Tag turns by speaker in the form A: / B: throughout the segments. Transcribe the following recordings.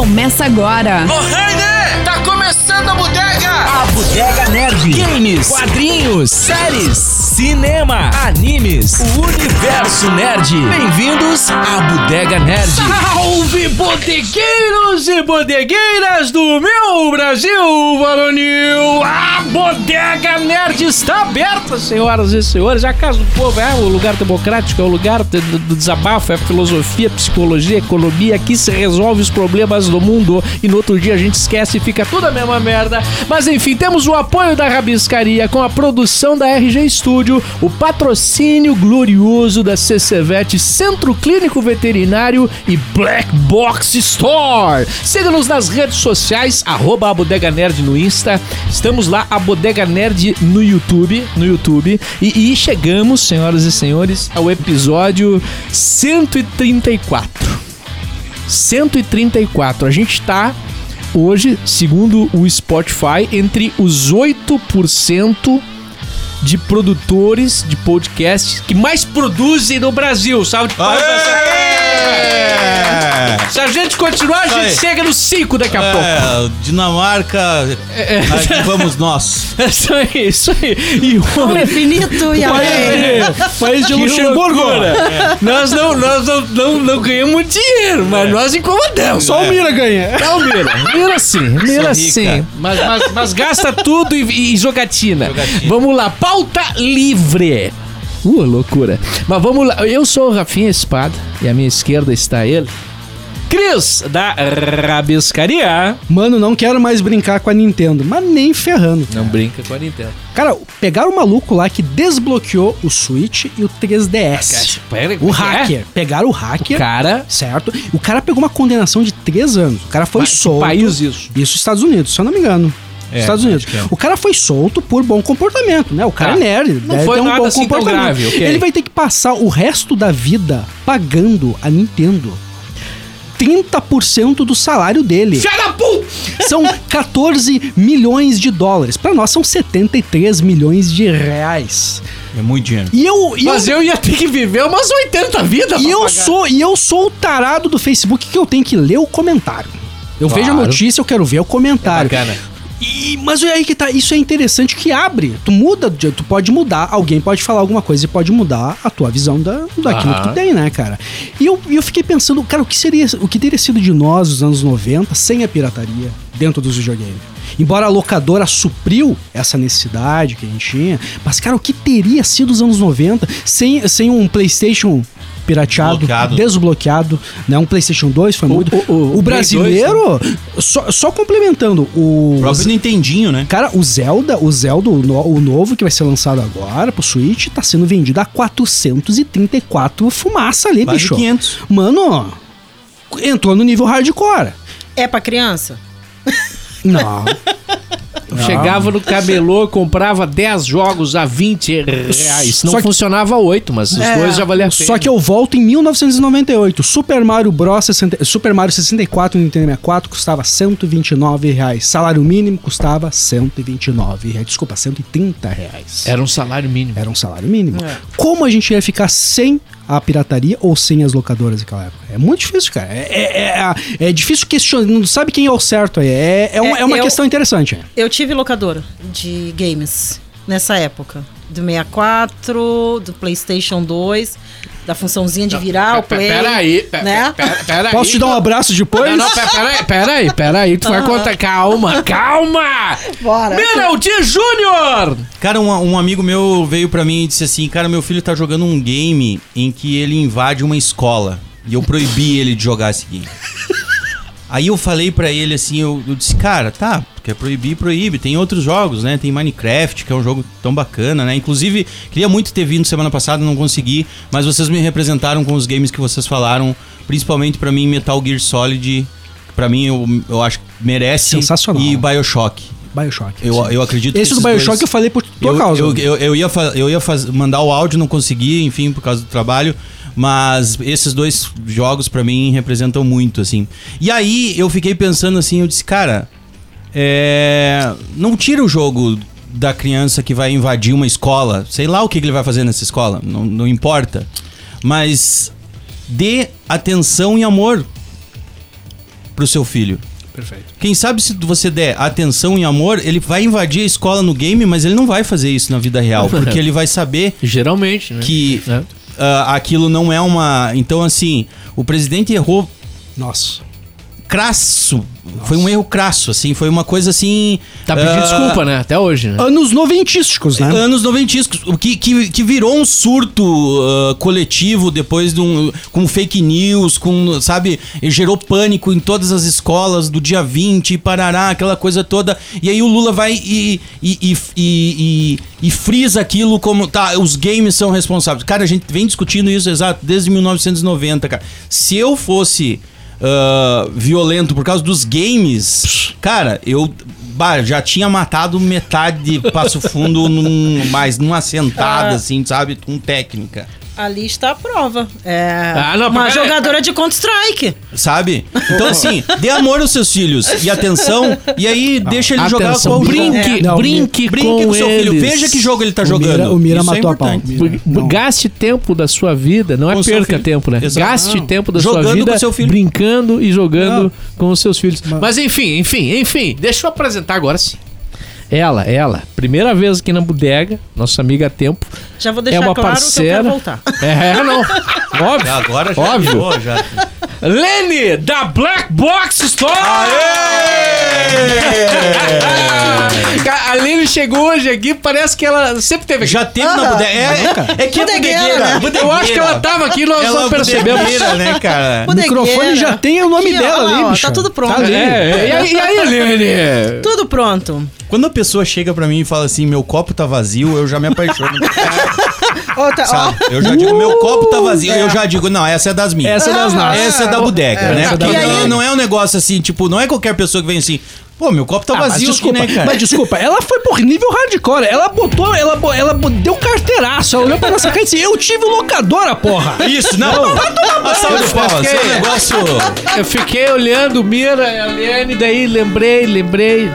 A: Começa agora!
B: Ô, Rainer! Tá começando a bodega!
C: A Bodega Nerd.
B: Games,
C: Quadrinhos, séries, cinema, animes, o universo nerd. Bem-vindos à Bodega Nerd.
B: Salve, bodegueiros e bodegueiras do meu Brasil varonil! A Bodega Nerd está aberta, senhoras e senhores. É a casa do povo, é o lugar democrático, é o lugar do, do- do desabafo, é a filosofia, psicologia, economia. Aqui se resolve os problemas do mundo e no outro dia a gente esquece e fica toda a mesma merda. Mas enfim, temos o apoio da Rabiscaria com a produção da RG Studio, o patrocínio glorioso da CCVET, Centro Clínico Veterinário e Black Box Store. Siga-nos nas redes sociais, arroba a Bodega Nerd no Insta. Estamos lá, a Bodega Nerd no YouTube, no YouTube. E, e chegamos, senhoras e senhores, ao episódio 134. 134. A gente tá hoje, segundo o Spotify, entre os 8% de produtores de podcasts que mais produzem no Brasil. Salve de palmas. Se a gente continuar, a gente
D: Aí.
B: chega no 5 daqui a pouco.
D: É, Dinamarca, aqui vamos nós.
B: É isso aí, isso aí. E
E: Um
B: o
E: é finito e além.
B: país de
D: Luxemburgo.
B: Nós, não, nós não, não, não ganhamos dinheiro, mas nós incomodamos.
D: É.
B: É.
D: Só o Mira
B: ganha. Só o Então, Mira. Mira sim, Mira
D: rica.
B: sim. Mas, mas- mas gasta tudo e, e jogatina.
D: Jogatina.
B: Vamos lá, pauta livre. Uh, loucura. Mas vamos lá. Eu sou o Rafinha Espada e à minha esquerda está ele. Cris, da Rabiscaria.
F: Mano, não quero mais brincar com a Nintendo, mas nem ferrando.
B: Não brinca com a Nintendo.
F: Cara, pegaram o maluco lá que desbloqueou o Switch e o 3DS.
B: Tipo, é,
F: O hacker. Pegaram o hacker,
B: Cara,
F: certo? O cara pegou uma condenação de 3 anos. O cara foi
B: Mas que
F: solto.
B: país isso?
F: Isso, Estados Unidos, se eu não me engano.
D: É,
F: Estados Unidos.
D: acho que é.
F: O cara foi solto por bom comportamento, né? O
B: Tá.
F: cara é nerd.
B: um- Não
F: deve
B: foi
F: ter um
B: nada
F: bom
B: assim tão
F: comportamento.
B: grave, ok.
F: Ele vai ter que passar o resto da vida pagando a Nintendo 30% do salário dele.
B: Filha da puta!
F: São 14 milhões de dólares. Pra nós são 73 milhões de reais.
D: É muito dinheiro.
F: E eu e eu,
B: Mas eu ia ter que viver umas 80 vidas.
F: e
B: pra
F: eu
B: pagar.
F: sou e eu sou o tarado do Facebook que eu tenho que ler o comentário. Eu
B: Claro. É
F: vejo a notícia, eu quero ver o comentário.
B: Bacana.
F: E- mas é aí que tá, isso é interessante que abre. Tu muda, de- tu pode mudar, alguém pode falar alguma coisa e pode mudar a tua visão da, daquilo
B: Aham.
F: que tu tem, né, cara? E eu, e eu fiquei pensando, cara, o que seria, o que teria sido de nós nos anos 90 sem a pirataria dentro dos videogames? Embora a locadora supriu essa necessidade que a gente tinha, mas, cara, o que teria sido os anos 90 sem, sem um PlayStation pirateado,
D: Bloqueado.
F: desbloqueado, né? Um PlayStation 2 foi muito.
B: o- o- o Play né?
F: brasileiro, só, só complementando, o.
D: O próprio Nintendinho, né?
F: Cara, o Zelda, o Zelda, o, no- o novo que vai ser lançado agora pro Switch, tá sendo vendido a 434 fumaça ali,
D: Quase
F: bicho.
D: 500.
F: Mano, entrou no nível hardcore.
E: É pra criança?
F: Não.
B: Eu Chegava no cabelô, comprava 10 jogos a 20 reais. Não
F: Só que- É.
B: funcionava 8, mas os dois já valiam
F: Só que eu volto em 1998. Super Mario Bros. 60, Super Mario 64 no Nintendo 64 custava 129 reais. Salário mínimo custava 129 reais. Desculpa, 130 reais.
B: Era um salário mínimo.
F: Era um salário mínimo.
B: É.
F: Como a gente ia ficar sem a pirataria ou sem as locadoras naquela época? É muito difícil, cara. É, é- é a- é difícil questionar. Não sabe quem é o certo aí. É, é uma,
E: É,
F: é uma
E: eu-
F: questão interessante.
E: Eu tive locadora de games nessa época. Do 64, do PlayStation 2, da funçãozinha de virar Ah, o
B: Pe-
E: play.
B: Peraí, pe-
E: né?
B: pe- pe- peraí.
F: Posso te dar um abraço depois?
B: Não, não, pe- peraí, peraí, peraí, tu vai contar. Calma, calma!
E: Ah. Bora.
B: Meraldi Júnior!
D: Cara, um, um amigo meu veio pra mim e disse assim: Cara, meu filho tá jogando um game em que ele invade uma escola. E eu proibi ele de jogar esse game. Aí eu falei pra ele assim: eu, eu disse, cara, tá, quer proibir, proíbe. Tem outros jogos, né? Tem Minecraft, que é um jogo tão bacana, né? Inclusive, queria muito ter vindo semana passada, não consegui. Mas vocês me representaram com os games que vocês falaram. Principalmente pra mim, Metal Gear Solid. que Pra mim, eu, eu acho que merece.
F: Sensacional.
D: E Bioshock.
F: Bioshock.
D: Eu, eu acredito
F: Esse
D: que
F: do
D: esses
F: Bioshock
D: dois-
F: eu falei por tua
D: eu,
F: causa.
D: Eu, eu, eu ia, fa- eu ia faz- mandar o áudio, não consegui, enfim, por causa do trabalho. Mas esses dois jogos, pra mim, representam muito, assim. E aí eu fiquei pensando assim, eu disse, cara, é, não tira o jogo da criança que vai invadir uma escola. Sei lá o que, que ele vai fazer nessa escola, não, não importa. Mas dê atenção e amor pro seu filho.
F: Perfeito.
D: Quem sabe se você der atenção e amor, ele vai invadir a escola no game, mas ele não vai fazer isso na vida real, porque ele vai saber
B: Geralmente, né?
D: que
B: É.
D: ah, aquilo não é uma. Então, assim, o presidente errou
F: Nossa.
D: crasso. Foi um erro crasso, assim, foi uma coisa assim.
B: Tá pedindo
D: ah,
B: desculpa, né? Até hoje, né?
F: Anos noventísticos, né?
D: Anos noventísticos, o que, que, que virou um surto ah, coletivo depois de um. com fake news, com. sabe? e Gerou pânico em todas as escolas do dia 20, e parará, aquela coisa toda. E aí o Lula vai e, e, e, e, e- e frisa aquilo como. tá, os games são responsáveis. Cara, a gente vem discutindo isso exato desde 1990, cara. Se eu fosse. ah, violento por causa dos games, cara, eu Bah, já tinha matado metade de Passo Fundo num, mas numa sentada,
E: Ah.
D: assim, sabe? Com técnica.
E: Ali está a prova. É
B: Ah, não,
E: uma
B: pera-
E: jogadora de Counter-Strike.
D: Sabe? Então, assim, dê amor aos seus filhos e atenção, e aí deixa ele jogar
B: Atenção,
D: qual jogo.
B: brinque,
F: Não,
B: brinque,
D: Brinque
B: com,
D: com, seu filho.
B: eles.
D: Veja que jogo ele tá
F: O
D: jogando.
F: Mira- o Mira
D: Isso é
F: matou a pau.
D: importante.
F: Mira,
B: Bu- bu-
F: não.
B: Gaste tempo da sua vida, não é
D: Com seu
B: perca
D: filho.
B: tempo, né?
D: Exato.
B: Gaste
F: Não.
B: tempo da sua
D: Jogando
B: vida
D: com seu filho.
B: brincando e jogando
F: Não.
B: com os seus filhos. Mas,
F: Mas-
B: enfim, enfim, enfim, deixa eu apresentar agora sim. Ela, ela, primeira vez aqui na bodega, nossa amiga a tempo. é
E: Já vou deixar
F: É
B: uma
E: claro
B: parceira.
E: que eu quero voltar.
B: É, não. Óbvio.
D: Agora já
B: Óbvio.
D: virou, já.
B: Lene, da Black Box Store! Ca- A Lene chegou hoje aqui, parece que ela sempre teve aqui.
D: Já teve na bodega. É, é, é que é
E: Ah. Bodegueira,
D: bodegueira.
E: né?
D: bodegueira.
B: Eu acho que ela tá tava aqui, nós
D: Ela é
B: não percebemos.
D: bodegueira, né, cara?
F: O microfone já tem o nome
E: Aqui, ó,
F: dela
E: lá,
F: ali,
E: ó,
F: bicho.
E: Tá tudo pronto.
F: Tá ali.
B: É, e aí, e aí, Lene?
E: Tudo pronto.
D: Quando a pessoa chega pra mim e fala assim, meu copo tá vazio, eu já me apaixono.
E: Ó, Uh, tá- ó,
D: Sabe? Eu já digo, meu copo tá vazio. Eu já digo, não, essa é das minhas.
F: Essa é
E: Ah,
F: das nossas.
D: Essa é da bodega, né?
F: essa é da
D: Porque
E: bodega.
D: não, não é um negócio assim, tipo, não é qualquer pessoa que vem assim, pô, meu copo tá
F: Ah, mas
D: vazio aqui,
F: desculpa,
D: né, cara?
F: mas desculpa, ela foi por nível hardcore. Ela botou, ela, bo- ela bo- deu carteiraço. Ela olhou pra nossa cara e disse: Eu tive locadora, porra.
D: Isso, não! A salva de palmas,
B: porque-
D: esse é um negócio.
B: Eu fiquei olhando Mira e a Lene, daí lembrei, lembrei.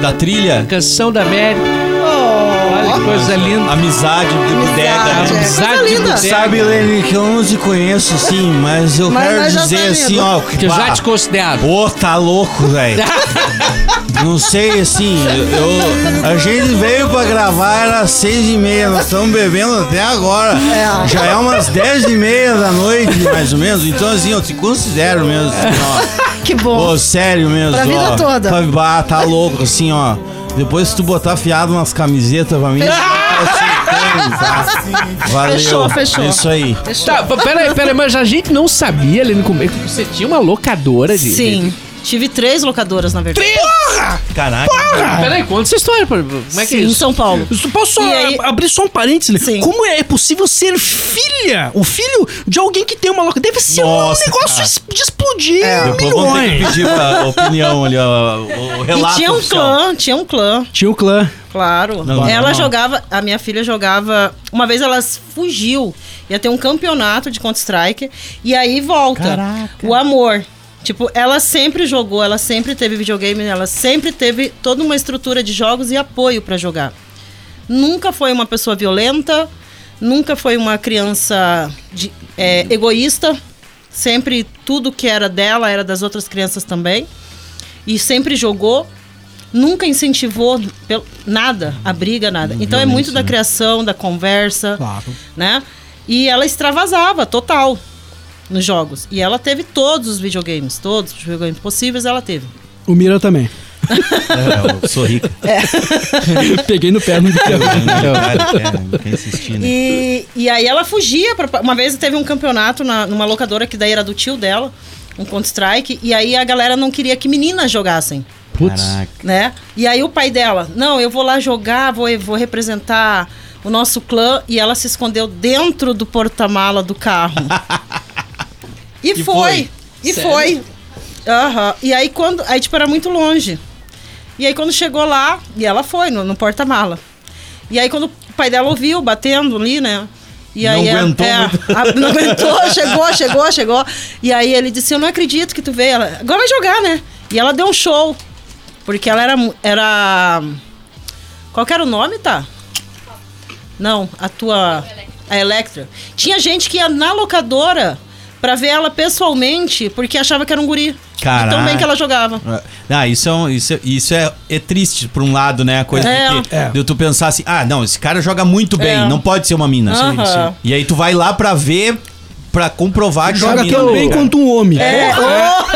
D: da trilha.
B: Canção da América, olha que coisa linda.
D: Amizade de bodega,
E: Amizade.
D: né?
B: Amizade de
E: É, linda.
B: boteco.
D: Sabe, Lene, que eu não te conheço, sim, mas eu
E: Mas
D: quero
E: nós já
D: dizer
E: sabemos.
D: assim, ó.
B: Que eu
D: pá,
B: já te considero.
D: Pô, tá louco, velho. Não sei, assim, eu, a gente veio pra gravar, era seis e meia, nós estamos bebendo até agora. Já é umas dez e meia da noite, mais ou menos. Então, assim, eu te considero mesmo. Assim, ó.
E: Que bom.
D: Pô, sério mesmo.
E: Pra vida
D: ó.
E: toda.
D: Pra- bah, tá louco, assim, ó. Depois se tu botar fiado umas camisetas pra mim... eu te entendo, tá? Valeu.
E: Fechou, fechou.
D: Isso aí.
B: Tá, p- peraí, peraí, mas a gente não sabia, Lene, como é que você tinha uma locadora de.
E: Sim. Tive três locadoras, na verdade.
D: Caraca.
B: Peraí, conta essa história, pô. como é que é
E: Sim, em
B: isso?
E: São Paulo.
F: Isso, Posso
E: E aí-
F: a- abrir só um parênteses?
E: Sim.
F: né? Como é possível ser filha, o filho de alguém que tem uma louca? Deve ser
D: Nossa,
F: um negócio
D: cara. É,
F: es- de explodir
D: Depois vamos ter que
F: milhões.
D: pedir a opinião ali, ó, o o relato.
E: É, e tinha um
D: oficial.
E: clã, tinha um clã,
F: Tinha o clã.
E: claro.
D: Não, é não,
E: ela
D: não.
E: jogava, a minha filha jogava. Uma vez ela fugiu, ia ter um campeonato de Counter-Strike, e aí volta.
F: Caraca.
E: O amor. Tipo, ela sempre jogou, ela sempre teve videogame, ela sempre teve toda uma estrutura de jogos e apoio pra jogar. Nunca foi uma pessoa violenta, nunca foi uma criança de- é, egoísta. Sempre tudo que era dela era das outras crianças também. E sempre jogou. Nunca incentivou pel- nada, a briga, nada. Então é muito da criação, da conversa,
F: Claro.
E: né? E ela extravasava total nos jogos. E ela teve todos os videogames, todos os videogames possíveis ela teve.
F: O Mira também.
D: É, eu sou rica.
F: Peguei no pé, não
B: Então,
D: Não quer insistir, né?
E: E, e aí ela fugia. Pra, uma vez teve um campeonato na- numa locadora que daí era do tio dela, um Counter-Strike, e aí a galera não queria que meninas jogassem,
B: Putz.
D: Caraca.
E: né? E aí o pai dela, não, eu vou lá jogar, vou, vou representar o nosso clã, e ela se escondeu dentro do porta-mala do carro. e,
D: E foi?
E: foi, e foi. Aham. E aí quando. Aí, tipo, era muito longe. E aí quando chegou lá, e ela foi no, no porta-mala. E aí quando o pai dela ouviu, batendo ali, né? E
D: Não
E: aí é-
D: aguentou
E: é,
D: muito.
E: a- não aguentou, chegou, chegou, chegou. E aí ele disse, eu não acredito que tu veio. Ela, agora vai jogar, né? E ela deu um show. Porque ela era. mu- era... Qual que era o nome, tá? Não, a tua. A Electra. Tinha gente que ia na locadora pra ver ela pessoalmente, porque achava que era um guri.
D: Caralho.
E: Tão bem que ela jogava.
D: Ah, isso é, um- isso, é- isso é, é triste, por um lado, né? A coisa
E: É.
D: de, que, de tu pensar assim, ah, não, esse cara joga muito bem,
E: É.
D: não pode ser uma mina.
E: Aham. Sim, sim.
D: E aí tu vai lá pra ver, pra comprovar que é uma
F: Joga
D: mina.
F: tão bem quanto um homem.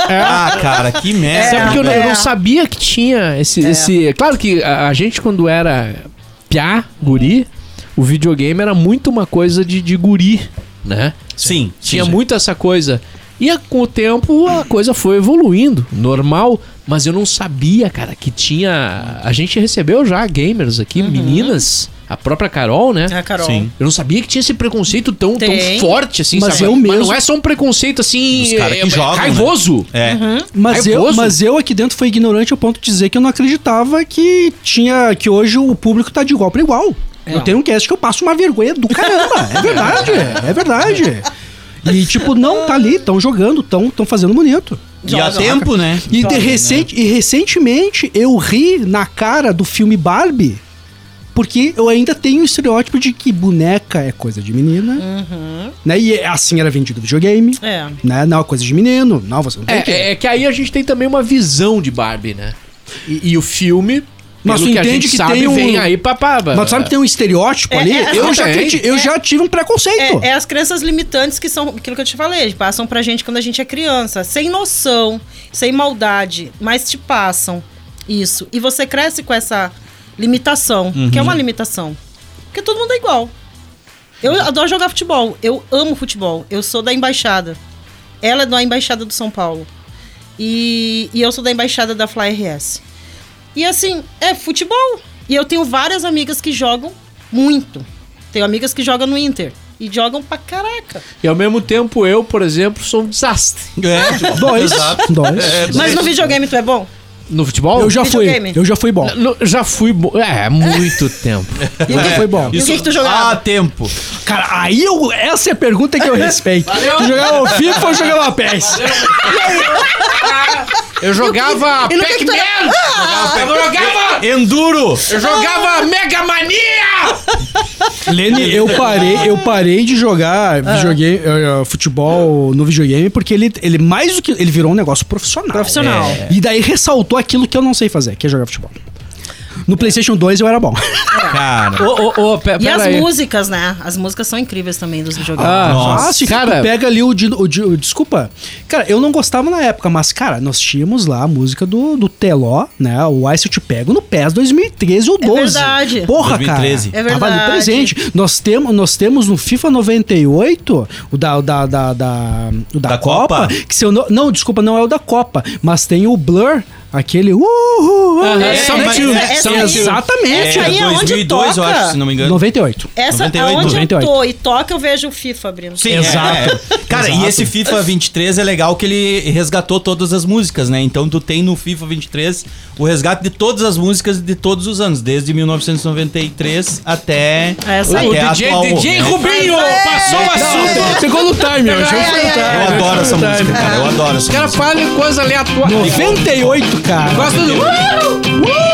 D: Ah, cara, que merda.
B: É porque eu, não-
E: É.
B: eu não sabia que tinha esse. esse... Claro que a, a gente, quando era piá, guri, o videogame era muito uma coisa de, de guri, né?
D: É. Sim,
B: Tinha
D: sim.
B: muito essa coisa. E a- com o tempo a coisa foi evoluindo, normal, mas eu não sabia, cara, que tinha. A gente recebeu já gamers aqui, meninas, a própria Carol, né?
E: Uhum. É, Carol.
D: Sim.
B: Eu não sabia que tinha esse preconceito tão, tão
E: Tem.
B: forte assim,
F: Mas
B: sabe?
F: eu
B: Mas não
F: mesmo-
B: é só um preconceito assim.
D: Os cara que
B: é- é
D: jogam, né?
B: Raivoso.
D: É.
E: Uhum.
F: Mas eu,
B: Raivoso.
F: mas eu aqui dentro fui ignorante ao ponto de dizer que eu não acreditava que tinha que hoje o público tá de igual pra igual.
E: É.
F: Eu tenho um cast que eu passo uma vergonha do caramba. É verdade, é verdade. E tipo, não, tá ali, estão jogando, estão tão fazendo bonito.
D: E há
E: Joga.
D: tempo, né?
F: E, de recente, e recentemente eu ri na cara do filme Barbie, porque eu ainda tenho o estereótipo de que boneca é coisa de menina. Né? E assim era vendido o videogame.
E: É.
F: Né? Não é coisa de menino. Não, você não tem que-
B: É, é que aí a gente tem também uma visão de Barbie, né? E, e o filme.
F: Mas
B: pelo
F: tu
B: que a
F: entende
B: gente
F: que
B: sabe,
F: tem um-
B: vem aí pra. pra- pra-
F: Mas sabe que tem um estereótipo
E: É,
F: ali?
E: é,
F: eu
B: é,
F: já,
B: tem.
F: criti- eu já tive um preconceito.
E: É, é as crenças limitantes que são aquilo que eu te falei, passam pra gente quando a gente é criança, sem noção, sem maldade, mas te passam isso. E você cresce com essa limitação, que é uma limitação. Porque todo mundo é igual. Eu adoro jogar futebol, eu amo futebol, eu sou da embaixada. Ela é da embaixada do São Paulo. E, e eu sou da embaixada da Fly RS. E assim, é futebol. E eu tenho várias amigas que jogam muito. Tenho amigas que jogam no Inter. E jogam pra caraca.
B: E ao mesmo tempo, eu, por exemplo, sou um desastre.
D: É.
F: Dois.
D: Exato.
F: Dois.
D: É,
E: Mas no videogame tu é bom?
B: No futebol?
F: Eu já fui.
E: Videogame.
F: Eu já fui bom.
B: No- já fui. bo- É, há muito tempo.
E: E o que,
F: Foi bom.
E: E o que, que tu jogava?
D: Há tempo.
F: Cara, aí eu, essa é a pergunta que eu respeito. Tu jogava o FIFA ou jogava PES?
B: Eu jogava
E: e no que que tu
B: Pac-Man!
F: Ah!
B: Eu jogava.
D: Enduro!
B: Eu jogava Mega Mania!
F: Lene, eu parei, eu parei de jogar videogame, eh, eh, futebol no videogame porque ele, ele mais do que ele virou um negócio profissional. É.
E: Profissional.
F: E daí ressaltou aquilo que eu não sei fazer, que é jogar futebol. No PlayStation 2 eu era bom.
D: Cara.
B: Ô, ô, ô, pe-
E: E as
B: Ah, peraí.
E: músicas, né? As músicas são incríveis também dos videogames.
B: Ah,
D: Nossa,
F: Nossa, cara.
B: cara.
F: Tu pega ali o, di- o di- o- Desculpa. Cara, eu não gostava na época, mas, cara, nós tínhamos lá a música do, do Teló, né? O Ice Eu Te Pego no PES 2013
B: É
F: ou 12.
E: verdade.
F: Porra,
D: 2013.
F: cara.
E: É
F: Tava ali
E: verdade.
F: presente. Nós temos, nós temos no FIFA 98, o da. O da, da, da, o da,
D: Da
F: Copa.
D: Copa?
F: Que se eu não, não, desculpa, não é o da Copa, mas tem o Blur, aquele. Uhul!
B: Aham.
F: é,
B: São
D: mas-
B: tio,
D: é,
E: são
D: é,
E: tio.
F: exatamente.
E: Essa aí é onde
D: 2002, eu
E: toca.
D: acho, se não me engano.
F: 98.
B: É,
E: Essa,
D: 98,
E: aonde eu
F: 98.
E: tô e toca, eu vejo o FIFA abrindo.
D: Sim,
F: Exato.
D: é, é. Cara,
F: Exato.
D: e esse FIFA 23 é legal que ele resgatou todas as músicas, né? Então tu tem no FIFA 23 o resgate de todas as músicas de todos os anos, desde 1993 até
E: Essa aí.
B: O
D: até a
B: DJ,
D: atual.
B: DJ é, Rubinho passou o assunto. Chegou no time hoje.
E: É,
D: Eu adoro essa música, cara. Eu adoro
B: Os
D: essa
B: caras
D: música.
B: falam coisa aleatória.
F: 98, cara.
B: Gosto do.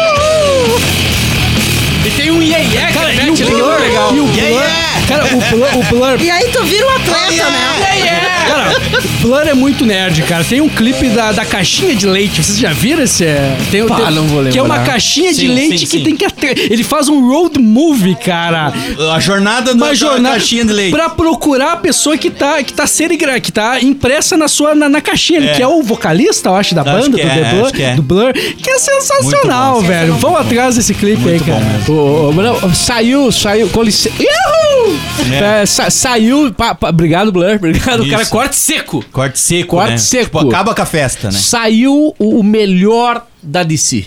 B: E tem um iê iê que
F: Cara, e o
B: mete ali,
F: Blur,
B: que é legal.
F: e o Blur, cara, o Blur, o Blur,
E: E aí tu vira um atleta, né?
F: cara, o Blur é muito nerd, cara. Tem um clipe da, da caixinha de leite, vocês já viram esse? Tem,
B: Pá,
F: tem-
B: não vou
F: Que é uma
B: lembrar.
F: caixinha de
D: Sim,
F: leite
D: sim,
F: que
D: sim.
F: tem que até, ele faz um road movie, cara.
D: A jornada
F: Uma
D: da
F: jornada
D: é caixinha de leite.
F: pra procurar a pessoa que tá que tá serigra, que tá impressa na sua na, na caixinha, ali,
D: É.
F: que é o vocalista, eu acho, da
D: Acho
F: banda do,
D: que é,
F: The
D: acho
F: Blur,
D: que é.
F: do Blur, que é sensacional,
D: Muito bom.
F: velho. Vão atrás desse clipe aí,
D: Muito bom
F: cara.
D: mesmo.
B: Ô, ô, não, saiu, saiu, com licença. Iuhu!
D: É.
B: É, sa- saiu. pa- pa- obrigado, Blur. Obrigado. O cara
D: Isso.
B: corte seco.
D: Corte seco,
B: Corte
D: né?
B: seco.
D: Tipo, acaba com a festa, né?
B: Saiu o, o melhor da DC.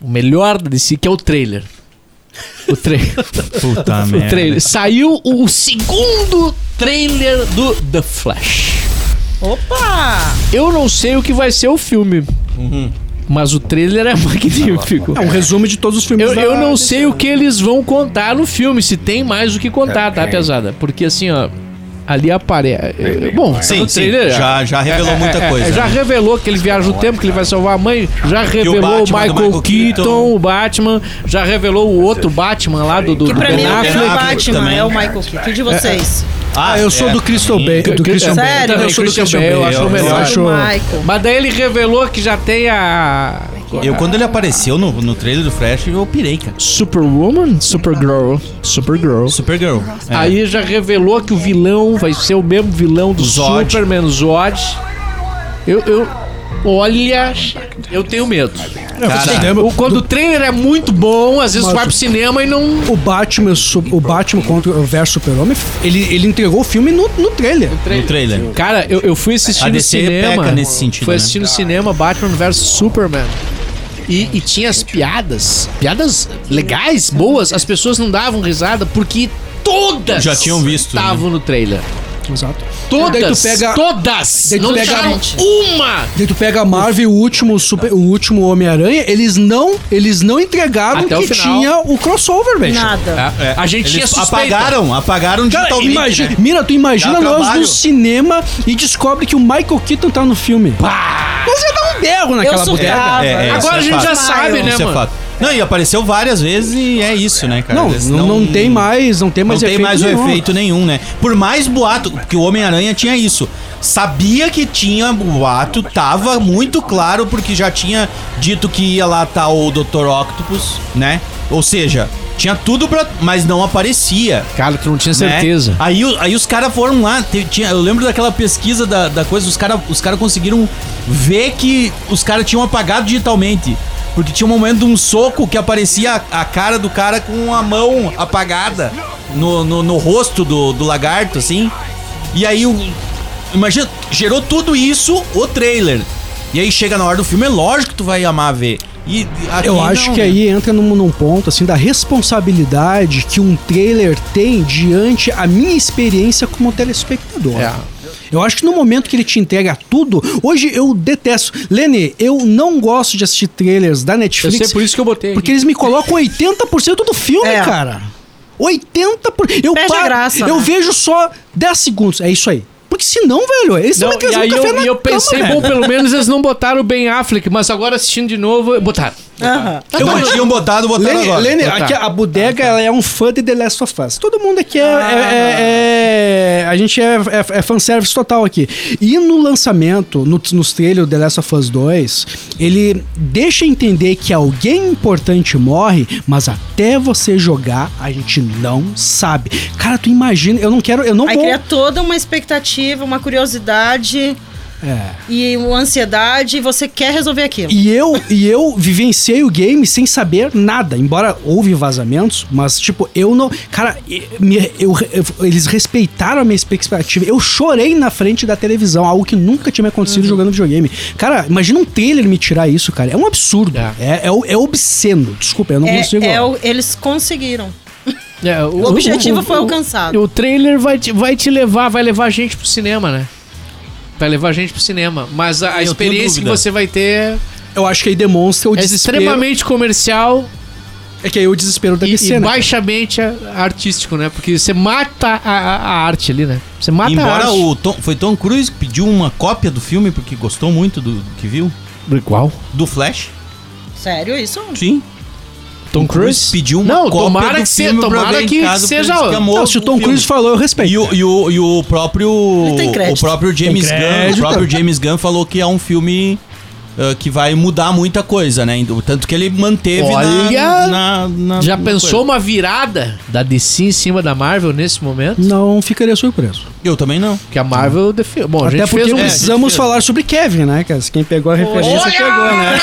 B: O melhor da DC, que é o trailer. O trailer.
D: Puta
B: o trailer. Saiu o segundo trailer do The Flash.
E: Opa!
B: Eu não sei o que vai ser o filme. Mas o trailer é magnífico.
F: É um resumo de todos os filmes
B: Eu,
F: da-
B: eu não sei o que eles vão contar no filme, se tem mais o que contar, tá, pesada? Porque assim, ó. Ali aparece. Bom,
D: Sim,
B: no
D: sim,
B: trailer,
D: Tá
B: é,
D: já- já revelou muita coisa,
B: Já
D: né? é.
B: revelou que ele viaja no tempo, que ele vai salvar a mãe. Já revelou o,
D: Batman do
B: Michael,
D: Michael
B: Keaton,
D: Keaton.
B: o Batman. Já revelou o outro Batman lá do, do,
E: Que
B: do
E: pra
B: Ben
E: mim é o
D: Ben
E: primeiro
B: Affleck.
D: Affleck
E: Batman
D: também.
E: é o Michael Keaton. E de vocês?
F: Ah, eu sou
D: é,
F: do
D: pra
F: Crystal
D: mim-
F: Bell. Do
B: Cri-
F: Christian
E: Sério?
F: Bale.
E: Também,
F: Eu sou do
B: Christian
F: Christian
B: Bale,
F: Bale.
B: eu acho o melhor.
F: acho-
E: Michael.
B: Mas daí ele revelou que já tem a.
D: Eu, quando ele apareceu no, no trailer do Flash, eu pirei, cara.
B: Superwoman? Supergirl. Supergirl.
D: Supergirl. É.
B: Aí já revelou que o vilão vai ser o mesmo vilão do
D: Zod.
B: Superman Zod. Eu, eu. Olha, eu tenho medo.
D: cara,
B: O- quando o trailer é muito bom, às vezes tu vai pro cinema e não.
F: O Batman, su- o Batman contra o verso Super-Homem, ele, ele entregou o filme no, no trailer.
D: no trailer.
B: Cara, eu, eu fui assistir
D: A
B: no
D: DC
B: cinema.
D: peca nesse sentido,
B: fui
D: né?
B: assistir no cinema Batman vs Superman. E, e tinha as piadas. Piadas legais, boas. As pessoas não davam risada porque todas
D: Já tinham visto, né?
B: estavam no trailer.
F: Exato.
B: Todas,
F: Daí tu pega-
B: todas.
F: daí tu
B: não
F: pega-
B: deixaram uma.
F: E tu pega a Marvel, o último, super, o último Homem-Aranha, eles não, eles não entregaram
B: Até o
F: que
B: final.
F: tinha o crossover, velho.
E: Nada.
D: É, é.
B: A gente tinha
D: Eles
B: suspeita.
D: apagaram, apagaram
F: Cara,
D: digitalmente.
F: imagina,
D: né?
F: Mira, tu imagina
D: Dá
F: nós
D: trabalho.
F: no cinema e descobre que o Michael Keaton tá no filme. Nós ia dar um berro naquela bodega.
E: surtava.
D: É, é,
B: Agora
D: isso
B: a
D: é
B: gente
D: fato.
B: já sabe, né,
D: Isso é
B: mano?
D: fato. Não, e apareceu várias vezes e é isso, né, cara?
F: Não,
D: Eles
F: não, não tem mais, não tem mais
D: não tem
F: efeito
D: mais o
F: nenhum.
D: efeito nenhum, né? Por mais boato, porque o Homem-Aranha tinha isso. Sabia que tinha boato, tava muito claro, porque já tinha dito que ia lá tá o Dr. Octopus, né? Ou seja, tinha tudo pra. Mas não aparecia.
B: Cara, tu não tinha
D: né?
B: certeza.
D: Aí, o- aí os caras foram lá. te- tinha- eu lembro daquela pesquisa da, da coisa, os caras os cara conseguiram ver que os caras tinham apagado digitalmente. Porque tinha um momento de um soco que aparecia a, a cara do cara com a mão apagada no, no, no rosto do, do lagarto, assim. E aí, o- imagina, gerou tudo isso o trailer. E aí chega na hora do filme, é lógico que tu vai amar ver. E, aqui
F: Eu acho
D: não,
F: que
D: né?
F: aí entra num, num ponto assim da responsabilidade que um trailer tem diante a minha experiência como telespectador.
B: É.
F: Eu acho que no momento que ele te entrega tudo, hoje eu detesto. Lene, eu não gosto de assistir trailers da Netflix.
B: Eu sei, por isso que eu botei aqui.
F: Porque eles me colocam 80% do filme,
E: É.
F: cara. 80%. Por... Eu
E: Perde a
F: paro-
E: graça,
F: Eu
E: né?
F: vejo só 10 segundos. É isso aí. Porque senão, velho, eles estão
B: Não,
F: me
B: e
F: trazendo
B: aí
F: café
B: eu, um
F: na
B: e eu
F: cama,
B: pensei,
F: velho.
B: bom, pelo menos eles não botaram o Ben Affleck, mas agora assistindo de novo, botaram.
E: Aham.
F: tá
D: Eu não tinham botado, botaram
F: Lene,
D: agora.
F: Lene,
B: Botaram.
F: aqui a bodega ela é um fã de The Last of Us. Todo mundo aqui é. é- é- é- a gente é, é, é fanservice total aqui. E no lançamento, no, nos trailers do The Last of Us 2, ele deixa entender que alguém importante morre, mas até você jogar, a gente não sabe. Cara, tu imagina, eu não quero. Eu não
E: Aí
F: vou.
E: cria toda uma expectativa, uma curiosidade
F: É.
E: e uma ansiedade e você quer resolver aquilo.
F: E eu, e eu vivenciei o game sem saber nada, embora houve vazamentos, mas tipo, eu não. Cara, e- me- eu- eu- eles respeitaram a minha expectativa. Eu chorei na frente da televisão, algo que nunca tinha me acontecido jogando videogame. Cara, imagina um trailer me tirar isso, cara. É um absurdo.
B: É.
F: É, é, o- é obsceno. Desculpa, eu não consigo.
E: É, é o- eles conseguiram.
B: É, o,
E: objetivo foi alcançado.
B: O trailer vai te, vai te levar, vai levar a gente pro cinema, né? Vai levar a gente pro cinema. Mas a, a
D: Eu tenho
B: experiência que
D: dúvida.
B: você vai ter
F: Eu acho que aí demonstra o
B: é
F: desespero.
B: extremamente comercial
F: É que aí o desespero da
B: e,
F: DC,
B: e
F: né?
B: baixamente a- artístico, né? Porque você mata a, a- a arte ali, né? Você mata a
D: Embora
B: arte.
D: o Tom, foi Tom Cruise que pediu uma cópia do filme porque gostou muito do, do que viu,
B: Igual.
D: do Flash.
E: Sério, isso?
D: Sim.
B: Tom Cruise?
D: Pediu uma
B: Não,
D: cópia
B: tomara
D: do
B: que se-
D: filme pra
B: tomara
D: ver em
B: que
D: casa, porque
B: seja
D: disse que é
B: o-
D: amou
F: Não, se o Tom
D: filme.
F: Cruise falou, eu respeito.
D: E o, e o, e o próprio
E: Ele tem
D: o
E: crédito.
D: próprio James
F: Tem
D: Gunn, o
F: crédito.
D: próprio James Gunn falou que é um filme ah, que vai mudar muita coisa, né? Tanto que ele manteve na-
B: Olha!
D: na, na-
B: Já
D: na
B: pensou
D: coisa.
B: uma virada da DC em cima da Marvel nesse momento?
F: Não ficaria surpreso.
D: Eu também não.
B: Que a Marvel defendeu. Bom, a
F: Até
B: gente
F: porque
B: fez um.
F: precisamos
D: fez.
F: falar sobre Kevin, né, cara? Quem pegou a referência pegou, né?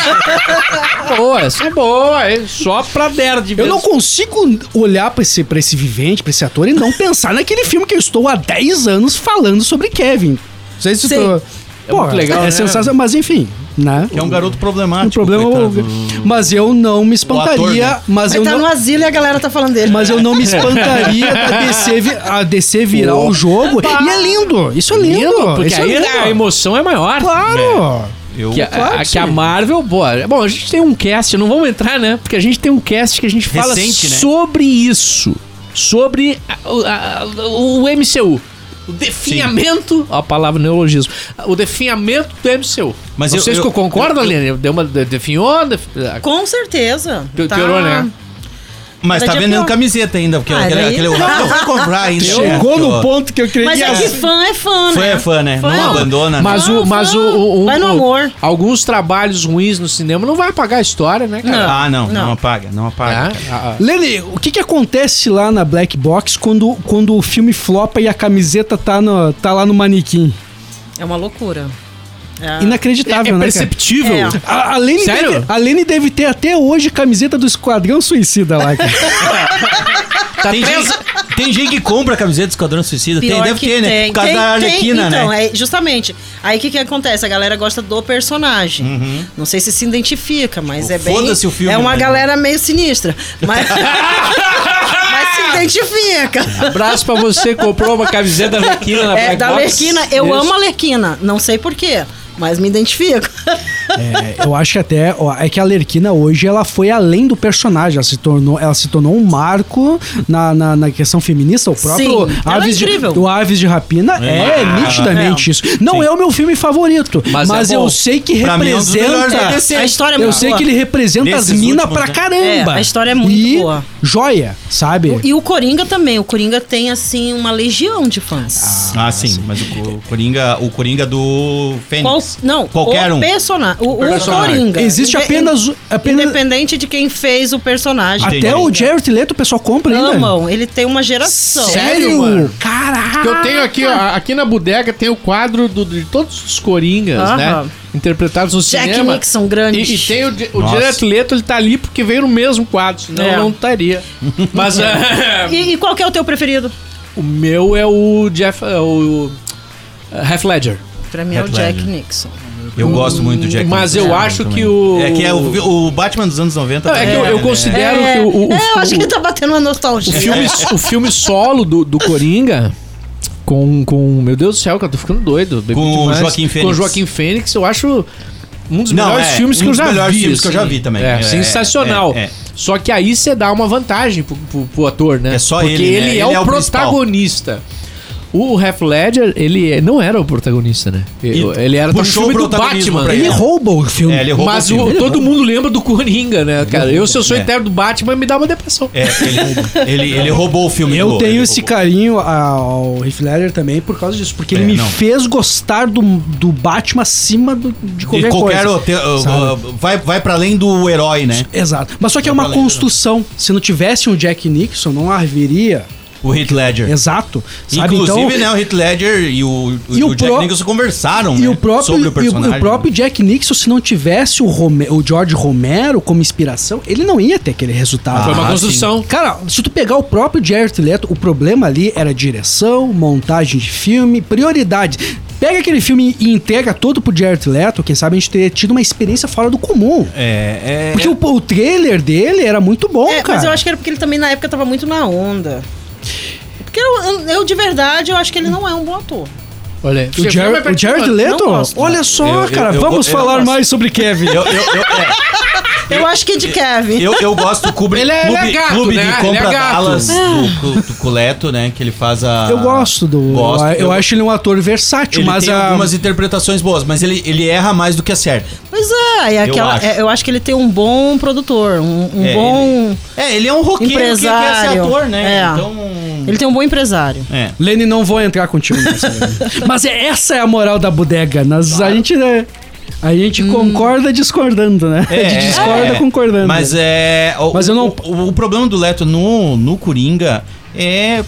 B: Boa, essa é boa, é só pra nerd
F: Eu
B: mesmo.
F: não consigo olhar pra esse, pra esse vivente, pra esse ator e não pensar naquele filme que eu estou há 10 anos falando sobre Kevin. Não sei se
E: Sim.
F: tô...
B: É
F: Pô,
B: muito legal,
F: é
B: né?
F: sensacional, mas enfim, né?
D: Que é um garoto
F: O
D: problemático.
F: problema é o-
D: coitado.
F: Mas eu não me
D: O
F: espantaria,
D: ator, né?
F: mas
E: Ele
F: eu
E: tá no
F: não...
E: asilo e a galera tá falando dele.
F: Mas eu não me espantaria da DC, vi- a DC virar o jogo. E é lindo! Isso é lindo!
B: porque
F: isso
B: aí
F: é lindo.
B: a emoção é maior.
F: Claro!
D: Eu-
B: Que a,
F: Claro que
B: a- que a Marvel, boa. Bom, a gente tem um cast, não vamos entrar, né? Porque a gente tem um cast que a gente fala
D: Recente, né?
B: sobre isso. Sobre a- a- o MCU. O definhamento. Ó, a palavra neologismo. O definhamento do MCU.
D: Mas
B: não
D: eu-
B: sei se
D: eu-
B: tu concorda,
D: eu- eu-
B: Lene. Deu uma. Definhou? def-
E: Tá. Com certeza.
B: Piorou, ah, né?
D: Mas
E: Cada
D: tá
E: dia
D: vendendo
E: pior.
D: camiseta ainda, porque
E: Ah,
D: aquele,
E: daí-
D: aquele eu vou comprar ainda.
F: Chegou
D: Porque,
F: no
D: ó,
F: ponto que eu creio
E: Mas
F: que
E: é que
F: as-
E: fã é fã, né?
D: Fã é fã, né?
E: Fã
D: Não
E: é fã.
D: abandona.
B: Mas
E: Não,
B: o. Mas
E: não.
B: o, o-
E: Vai no
B: o-
E: amor.
B: Alguns trabalhos ruins no cinema não vai apagar a história, né, cara?
E: Não.
D: Ah, não, não,
E: Não.
D: apaga, não apaga.
B: É? Ah, ah.
F: Lele, o que que acontece lá na Black Box quando, quando o filme flopa e a camiseta tá, no, tá lá no manequim?
E: É uma loucura. É.
F: Inacreditável,
B: É
F: né, cara?
B: perceptível.
E: É.
F: A, a, Lene
B: Sério?
F: deve, a Lene deve ter até hoje camiseta do Esquadrão Suicida lá, cara.
B: Tá
D: Tem,
B: preso.
D: gente, tem gente que compra camiseta do Esquadrão Suicida. Tem,
E: Pior
D: deve
E: que
D: ter, né?
E: tem.
D: Por causa
E: Tem,
D: da
E: tem.
D: Arlequina,
E: então,
D: né?
E: é justamente. Aí o que, que acontece? A galera gosta do personagem. Não sei se se identifica, mas
D: Uhum. Pô,
E: é bem.
D: foda-se o filme, né?
E: É uma
D: mas-
E: galera meio sinistra. Mas, mas se identifica.
B: Abraço pra você que comprou uma camiseta da Lequina na
E: É
B: Black
E: da
B: Box.
E: Lerquina. Eu
B: Isso.
E: amo a Lerquina. Não sei porquê, mas me identifico.
F: É, eu acho que até ó, é que a Lerquina hoje ela foi além do personagem, ela se tornou, ela se tornou um marco na, na, na questão feminista. O próprio
E: Sim, ela é
F: Aves, de,
E: incrível.
F: o Aves de Rapina é,
D: Ah,
F: nitidamente isso. Não é o meu filme favorito,
B: Mas
F: mas,
B: é bom.
F: eu sei que
D: Pra mim é um dos melhores da
F: representa.
D: DC.
E: A história é
F: eu
E: muito
F: sei
E: boa.
F: que ele representa
D: Nesses
F: as minas
D: últimos,
F: pra
D: né?
F: caramba.
E: É, a história é muito
F: E
E: boa.
F: Joia, sabe?
E: E o Coringa também. O Coringa tem, assim, uma legião de fãs.
D: Ah, sim, mas o, Co- o Coringa, o Coringa do Fênix.
E: Qual- não,
D: Qualquer
E: o
D: um.
E: personagem. O, o
B: Personagem.
E: Coringa.
F: Existe
E: Inde-
F: apenas, o- apenas
E: Independente de quem fez o personagem.
D: Entendi.
F: até o Jared Leto o pessoal compra ainda.
E: Amam, ele tem uma geração.
B: Sério, mano?
F: Caraca!
B: Que eu tenho aqui, ó, aqui na bodega tem o quadro do- de todos os Coringas,
E: Aham.
B: né? Interpretados no
E: Jack
B: cinema.
E: Nixon, grande.
B: E, e tem o, di- o
D: Nossa.
B: Direto Leto, ele tá ali porque veio no mesmo quadro, senão
E: É.
B: não estaria. Mas é,
E: E, e qual que é o teu preferido?
B: o meu é o Jeff. é o Half Ledger.
E: Pra mim é o
D: Heath
E: Jack
D: Ledger.
E: Nixon.
D: Eu gosto muito do Jack
B: Mas eu
D: Nicholson
B: acho
D: também.
B: que o-
D: É que é o, o Batman dos anos 90.
B: Não, é que eu,
D: também,
B: eu
D: né?
B: considero que o, o- o-
E: é, eu acho que
B: o-
E: ele tá batendo uma nostalgia.
B: o filme,
D: É.
B: o filme solo do, do Coringa. Com, com. Meu Deus do céu, cara, tô ficando doido. bebi
D: Com o
B: demais.
D: Joaquim
B: Com o
D: Fênix.
B: Joaquim Fênix, eu acho um dos
D: Não,
B: melhores
D: é,
B: filmes
D: um
B: que eu
D: dos
B: já vi.
D: melhores filmes que eu já vi também.
B: É,
D: É,
B: sensacional.
D: é, é.
B: Só que aí você dá uma vantagem pro, pro- pro ator, né?
D: É só
B: Porque
D: ele, né?
B: é,
D: Ele
B: o
D: é o principal.
B: protagonista. O Half Ledger, ele é- não era o protagonista, né? Ele era do
D: puxou
B: filme
D: o
B: do
D: protagonismo
B: Batman.
D: pra
F: Ele
D: É.
F: rouba o filme.
D: É, ele roubou
B: Mas
D: o
B: o-
D: filme.
B: todo mundo lembra do Coringa, né, cara? Eu, se eu sou
D: É.
B: eterno do Batman, me dá uma depressão.
D: É, ele, ele, ele roubou o filme.
F: Eu
D: do-
F: tenho
D: ele
F: esse
D: roubou.
F: carinho ao Heath Ledger também por causa disso, porque
D: É,
F: ele me
D: não.
F: fez gostar do, do Batman acima do- de
D: De
F: qualquer,
D: qualquer
F: coisa.
D: outro, uh,
F: sabe?
D: uh, vai, vai pra além do herói, né?
F: Exato. Mas só que é uma
D: pra lembrar.
F: construção. Se não tivesse um Jack Nixon, não haveria.
D: O Heath Ledger.
F: Exato. Sabe?
D: É. Inclusive,
F: então,
D: né, o Heath Ledger e o,
F: E
D: o,
F: o
D: Jack
F: pró-
D: Nicholson conversaram
F: E
D: né,
F: o próprio,
D: sobre
F: e
D: o personagem. né?
F: e o próprio Jack Nixon, se não tivesse o, Rome- o George Romero como inspiração, ele não ia ter aquele resultado.
B: Foi uma
D: Ah,
B: construção.
F: Cara, se tu pegar o próprio Jared Leto, o problema ali era direção, montagem de filme, prioridade. Pega aquele filme e entrega todo pro Jared Leto, quem sabe a gente teria tido uma experiência fora do comum.
D: É, é...
F: Porque o, o trailer dele era muito bom,
E: É,
F: cara.
E: mas eu acho que era porque ele também na época tava muito na onda. Porque eu, eu- eu, de verdade, eu acho que ele não é um bom ator.
B: Olha aí.
F: O, Jar o Jared Leto?
E: gosto.
F: Olha só,
D: Eu- eu-
F: cara,
D: eu
F: vamos
D: go- eu
F: falar
D: gosto.
F: mais sobre Kevin.
D: Eu, eu, eu, é,
E: Eu acho que é de Kevin.
D: eu, eu gosto do Kubrick,
B: Ele é- ele é
D: Clube,
B: gato,
D: Clube
B: né? Ele é
D: de Compra
B: gato.
D: Dallas do, Cu- do Culeto, né? Que ele faz a...
F: Ah. Eu gosto do.
D: Gosto.
F: eu, acho ele um ator versátil,
D: ele
F: mas
D: tem
F: a.
D: algumas interpretações boas, mas ele, ele erra mais do que acerta.
E: Pois é, é
D: Eu
E: aquela- é, eu,
D: acho.
E: acho. que ele tem um bom produtor, um, um
D: É,
E: bom.
D: É, ele é um roqueiro que quer ser
E: Empresário.
D: ator, né?
E: É.
D: Então...
E: Ele tem um bom empresário.
D: É.
F: Lene, não vou entrar contigo nessa. Lene. Mas é, essa é a moral da bodega. Nós, A gente, né, a gente concorda discordando, né? a gente discorda
D: Hum. é.
F: concordando.
D: Mas é. O,
F: Mas eu não-
D: O, o- o problema do Leto no, no Coringa é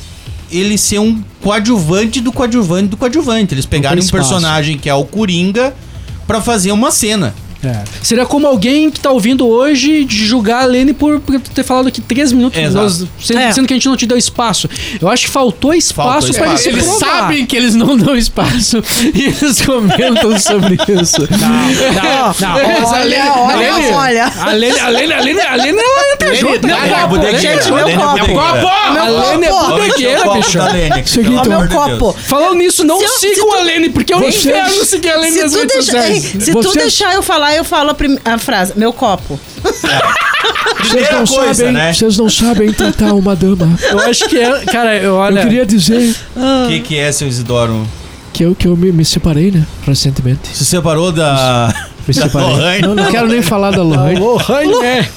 D: ele ser um coadjuvante do coadjuvante do coadjuvante. Eles pegaram um
F: espaço.
D: personagem que é o Coringa pra fazer uma cena.
F: É. Seria como alguém que tá ouvindo hoje de julgar a Lene por, por ter falado aqui três minutos,
D: Exato.
F: nós- sendo,
E: É.
F: sendo que a gente não te deu espaço. Eu acho que faltou
D: Faltou
F: espaço pra
D: espaço.
F: ele
B: Eles
F: se provar.
B: sabem que eles não dão espaço e eles comentam sobre isso.
D: Tá.
F: Não,
B: Mas a Lene- a Lene-
F: A Lene, a Lene, a Lene, a Lene, ela entra
B: Lene-
D: tá
F: junto.
B: Lene-
F: né?
B: Lene-
F: Copo,
B: Lene-
F: né?
E: Gente, meu
D: Lene-
E: copo.
D: Lene-
B: Copo!
F: A Lene é
E: copo.
D: tá Olha o
F: bodegueira,
D: copo
F: bicho.
D: da Lene aqui,
F: Cheguei
D: pelo
F: então.
D: amor de
E: Meu
D: Deus.
E: um copo.
F: Falando nisso, não
E: Se eu- se
F: sigam
E: tu-
F: a Lene, porque eu
B: Vocês-
F: inferno seguir a é Lene
E: Se,
F: nas
E: tu,
F: redes
E: deixa-
F: sociais.
E: Ei, se tu
F: é
E: deixar eu falar, eu falo a, prim- a frase. Meu copo.
D: Primeira coisa, né?
B: vocês não sabem tratar uma dama.
F: Eu acho que é. Cara, eu olha.
B: Eu queria dizer
D: O que, que é, seu Isidoro?
B: que eu, que eu me, me separei, né? Recentemente.
D: Se separou da.
B: Me separei.
D: Lorraine. Tá
B: Não, não quero nem falar da Lorraine.
F: Lohane, né?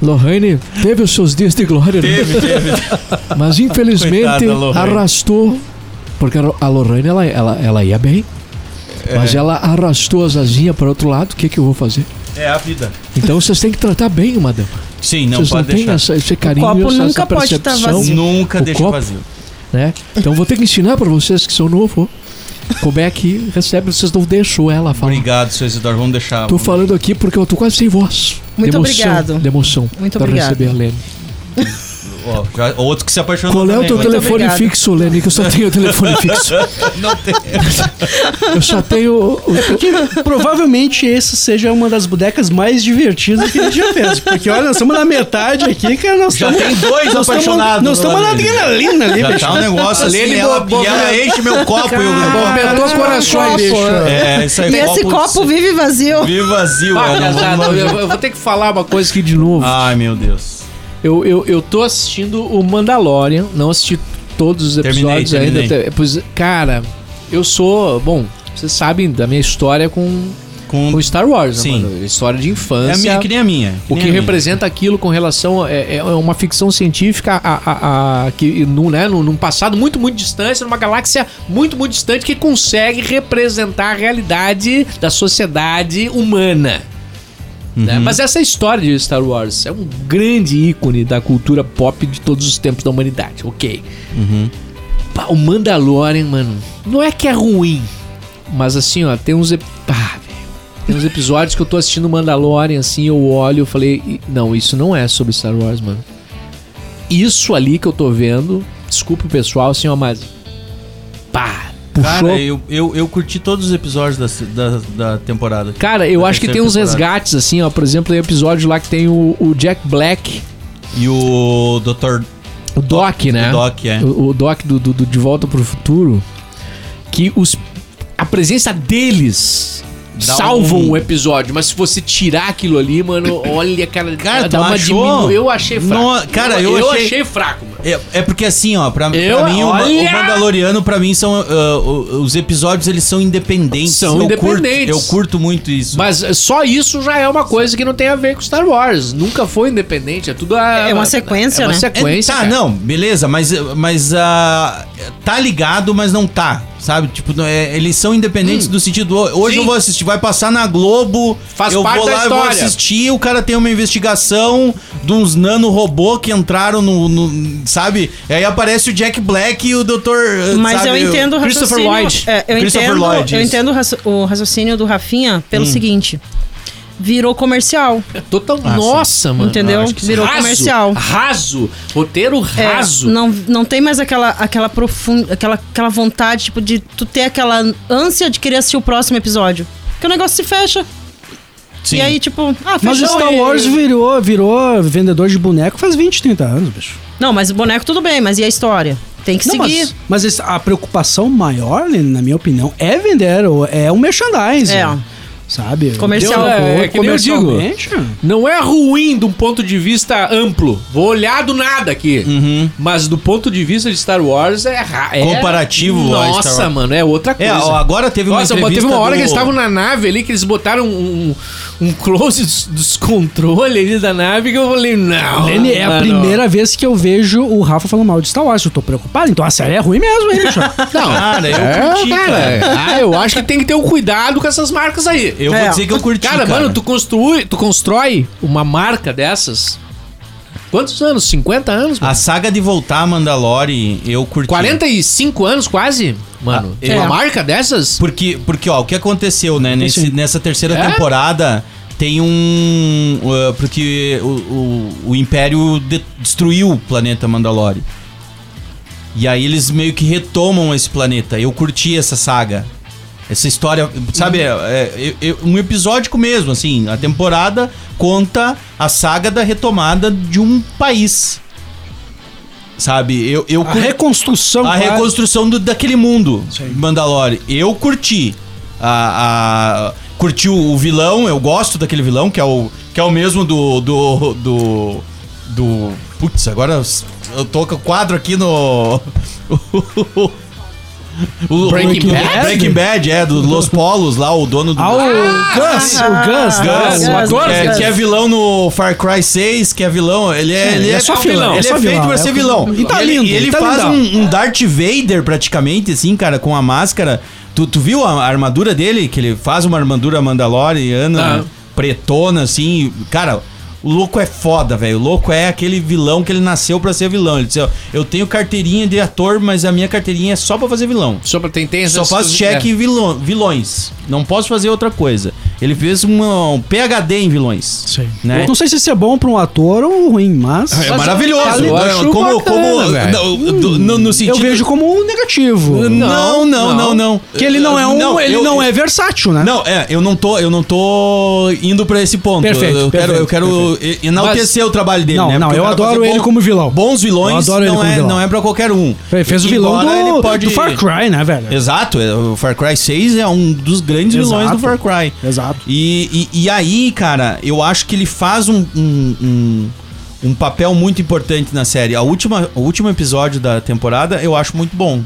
A: Lorraine teve os seus dias de glória, né?
D: Teve, teve.
A: mas infelizmente
D: Coitada da Lorraine.
A: arrastou, porque a a Lorraine ela, ela, ela ia bem, mas ela arrastou as asinhas para outro lado, o que, que eu vou fazer?
D: É a vida.
A: Então vocês têm que tratar bem uma dama.
D: Sim, não
A: Vocês não
D: pode
A: têm
D: deixar.
A: essa, esse carinho,
E: copo
A: essa, essa
E: nunca pode tá
A: percepção.
E: vazio.
D: Nunca
A: O
D: deixa
A: copo-
D: vazio.
A: né? Então vou ter que ensinar pra vocês que são novo. Como é que recebe, vocês não deixou ela falar.
D: Obrigado, seu Isidoro. Vamos deixar. um
A: Tô falando aqui porque eu tô quase sem voz.
E: Muito
A: de emoção,
E: obrigado.
A: De emoção.
E: Muito
A: pra
E: obrigado.
A: receber a Lene.
D: Ó, já- outro que se apaixonou.
A: Qual é o teu
D: também,
A: telefone
E: obrigada.
A: fixo, Lene? Que eu só tenho o telefone fixo.
D: mas Não tem.
A: Eu só tenho. o- o-
F: Que provavelmente essa seja uma das bodecas mais divertidas que a gente já fez. Porque olha, nós estamos na metade aqui, cara. Nós
D: Já
F: estamos.
D: tem dois
F: Nós estamos
D: apaixonados.
F: nós
D: pela
F: estamos na
D: Lene.
F: adrenalina ali,
D: Já
F: bicho.
D: tá um negócio assim.
B: Lene
D: e ela,
B: bo-
D: e ela enche meu copo. e eu-
B: Aumentou os corações, bicho.
D: É, isso aí.
E: E esse copo vive vazio.
D: Vive vazio.
B: Ah,
D: eu não vou-
B: casado,
D: não-
B: eu, eu vou ter que falar uma coisa aqui de novo.
D: Ai, meu Deus.
B: Eu, eu, eu tô assistindo o Mandalorian, não assisti todos os
D: Terminei,
B: episódios ainda.
D: terminei.
B: te- Pois, cara, eu sou. Bom, vocês sabem da minha história com,
D: Com...
B: com Star Wars,
D: Hum. Sim.
B: né, mano? História de
D: É a
B: infância.
D: minha, que nem a minha.
B: O
D: nem
B: que
D: a minha.
B: representa aquilo com relação. É, é uma ficção científica a, a- a- que, num, né, num, num passado muito, muito distante, numa galáxia muito, muito distante, que consegue representar a realidade da sociedade humana. né? Mas essa história de Star Wars é um grande ícone da cultura pop de todos os tempos da humanidade, ok. Pá, O Mandalorian, mano, não é que é ruim, mas assim, ó, tem uns. ep- Ah, velho. Tem uns episódios que eu tô assistindo Mandalorian, assim, eu olho eu falei, "Ih, não, isso não é sobre Star Wars, mano. Isso ali que eu tô vendo, desculpa o pessoal, assim, ó, mas. Pá! Puxou.
D: Cara, eu, eu, eu curti todos os episódios da, da, da temporada.
B: Cara, eu
D: da
B: acho que tem
D: Tá terceira
B: uns
D: temporada.
B: resgates, assim, ó. Por exemplo, tem episódio lá que tem o, o Jack Black,
D: E o Dr.
B: o Doc, né?
D: O Doc, é.
B: O, o Doc do, do, do De Volta pro Futuro. Que os, a presença deles
D: Dá
B: salvam
D: um-
B: o episódio. Mas se você tirar aquilo ali, mano, olha, cara,
D: Cara,
B: dá
D: tu
B: uma
D: achou?
B: diminu- Eu achei fraco.
D: No- cara, eu achei-
B: fraco, mano.
D: É, é porque assim, ó, pra, pra
B: Eu-
D: mim, o, Ma-
B: olha!
D: o Mandaloriano, pra mim, são. ah, o- os episódios, eles são independentes.
B: São
D: eu
B: independentes.
D: Curto, eu curto muito isso.
B: Mas eh, só isso já é uma coisa que não tem a ver com Star Wars. Nunca foi independente, é tudo a,
E: É uma sequência,
B: é uma
E: né?
D: É,
B: sequência.
D: tá,
B: cara.
D: não, beleza, mas, mas ah, tá ligado, mas não tá, sabe? Tipo, não é- eles são independentes do sentido. ho- Hoje
B: Hum. Sim.
D: eu vou assistir, vai passar na Globo,
B: Faz
D: eu
B: parte
D: vou
B: da
D: lá, eu vou
B: história.
D: assistir, o cara tem uma investigação de uns nanorobô que entraram no, no- sabe? Aí aparece o Jack Black e o Dr.
E: Mas
D: sabe,
E: eu entendo o
B: Christopher
E: raciocínio.
B: Lloyd.
E: É, eu
D: Christopher
E: entendo,
D: Lloyd,
E: eu
D: isso.
E: entendo o raci- o raciocínio do Rafinha pelo seguinte: virou comercial,
B: Total,
D: Ah,
B: nossa, mano.
E: entendeu?
D: acho que sim.
E: Virou comercial.
B: Raso. Roteiro
E: É,
B: raso.
E: não, não tem mais aquela aquela profunda, aquela aquela vontade tipo de tu ter aquela ânsia de querer assistir o próximo episódio. Que o negócio se fecha.
D: Sim.
E: E aí tipo, ah,
F: Mas
E: fechou.
F: Star
E: e-
F: Wars virou, virou vendedor de boneco faz 20, 30 anos, bicho.
E: Não, mas o boneco tudo bem, mas e a história? Tem que
F: Não,
E: seguir.
F: mas, mas esse- a preocupação maior, Lene, na minha opinião, é vender, o- é um merchandising.
E: É.
F: Sabe?
E: Comercial.
F: Deu-
B: É, é que nem eu digo.
F: comercialmente,
B: Não é ruim de um ponto de vista amplo. Vou olhar do nada aqui.
D: Uhum.
B: Mas do ponto de vista de Star Wars é ra- é-
D: Comparativo ao Star
B: Nossa,
D: Wars.
B: mano, é outra coisa.
D: É, ó, agora teve uma
B: Nossa,
D: entrevista
B: teve uma hora
D: do-
B: que eles estavam na nave ali, que eles botaram um, um close dos, dos controles ali da nave, que eu falei, não.
F: Lene, é a
B: mano.
F: primeira vez que eu vejo o Rafa falando mal de Star Wars. Eu tô preocupado, então a série é ruim mesmo, hein, bicho?
B: Não,
D: Cara, eu
B: é,
D: curti,
B: cara. Ah, eu acho que tem que ter um cuidado com essas marcas aí.
D: Eu vou
E: É.
D: dizer que eu curti.
B: Cara, mano, tu construi, tu constrói uma marca dessas. Quantos anos? 50 anos, mano?
D: A saga de voltar a Mandalore, eu curti.
B: 45 anos quase? Mano,
D: Ah, é.
B: uma marca dessas?
D: Porque, porque ó, o que aconteceu, né? Nesse, nessa terceira
B: É?
D: temporada, tem um. uh, porque o, o, o Império de- destruiu o planeta Mandalore. E aí eles meio que retomam esse planeta. Eu curti essa saga. Essa história, sabe, é, é- é- um episódico mesmo, assim. A temporada conta a saga da retomada de um país. Sabe, eu, eu
F: A
D: cur-
F: reconstrução.
D: a
F: quase.
D: reconstrução do- daquele mundo
F: Sim.
D: Mandalore. Eu curti. A, a- curti o, o vilão, eu gosto daquele vilão, que é o, que é o mesmo do. do. do. do- putz, agora eu tô com o quadro aqui no. O,
B: Breaking
D: o-
B: Bad?
D: Breaking Bad, é, do Los Polos lá, o dono do.
F: Ah, o Gus!
E: ah,
F: o Gus, né?
E: Gus,
F: o ator.
E: Gus.
D: É, que é vilão no Far Cry 6, que é vilão. Ele é, ele
F: é só
D: ele
F: vilão, é
D: Ele
F: só
D: é feito
F: vilão,
D: pra
F: é
D: ser
F: o-
D: vilão.
F: E tá
D: ele,
F: lindo,
D: e ele
F: tá
D: faz
F: lindão.
D: um, um Darth Vader praticamente, assim, cara, com a máscara. Tu, tu viu a armadura dele? Que ele faz uma armadura mandaloriana,
F: Ah.
B: Tá.
D: pretona, assim. Cara. O louco é foda, velho. O louco é aquele vilão que ele nasceu pra ser vilão. Ele disse, ó, eu tenho carteirinha de ator, mas a minha carteirinha é só pra fazer vilão.
B: Só pra tem, tem
D: Só
B: essas-
D: faço
F: é.
D: cheque em vilão- vilões. Não posso fazer outra coisa. Ele fez uma- um PHD em vilões. Sim. Né?
F: Não sei se isso é bom pra um ator ou ruim, mas.
D: É maravilhoso.
B: eu
D: né?
B: acho
D: como,
B: bacana,
D: como-
B: velho.
D: não, do- no, no
F: Eu
D: sentido.
F: vejo como um negativo.
D: Não, não, não, não.
F: Que ele não é um. ele
D: eu-
F: não
D: eu-
F: é versátil, né?
D: Não, é, eu não tô, eu não tô indo pra esse ponto.
F: Perfeito,
D: eu, eu quero, eu
F: perfeito,
D: quero enaltecer o trabalho dele,
F: Não,
D: né?
F: não,
D: Porque
F: eu
D: o cara
F: adoro
D: fazer
F: ele como vilão.
D: Bons
F: Eu
D: vilões
F: adoro ele
D: não
F: como
D: é,
F: vilão.
D: não é para qualquer um.
F: Ele fez o vilão
D: Embora
F: do,
D: ele pode-
F: do Far Cry, né, velho?
D: Exato, é, o Far Cry 6 é um dos grandes vilões
F: Exato.
D: do Far Cry.
F: Exato.
D: E, e, e aí, cara, eu acho que ele faz um, um, um, um papel muito importante na série. A última, o último episódio da temporada eu acho muito bom.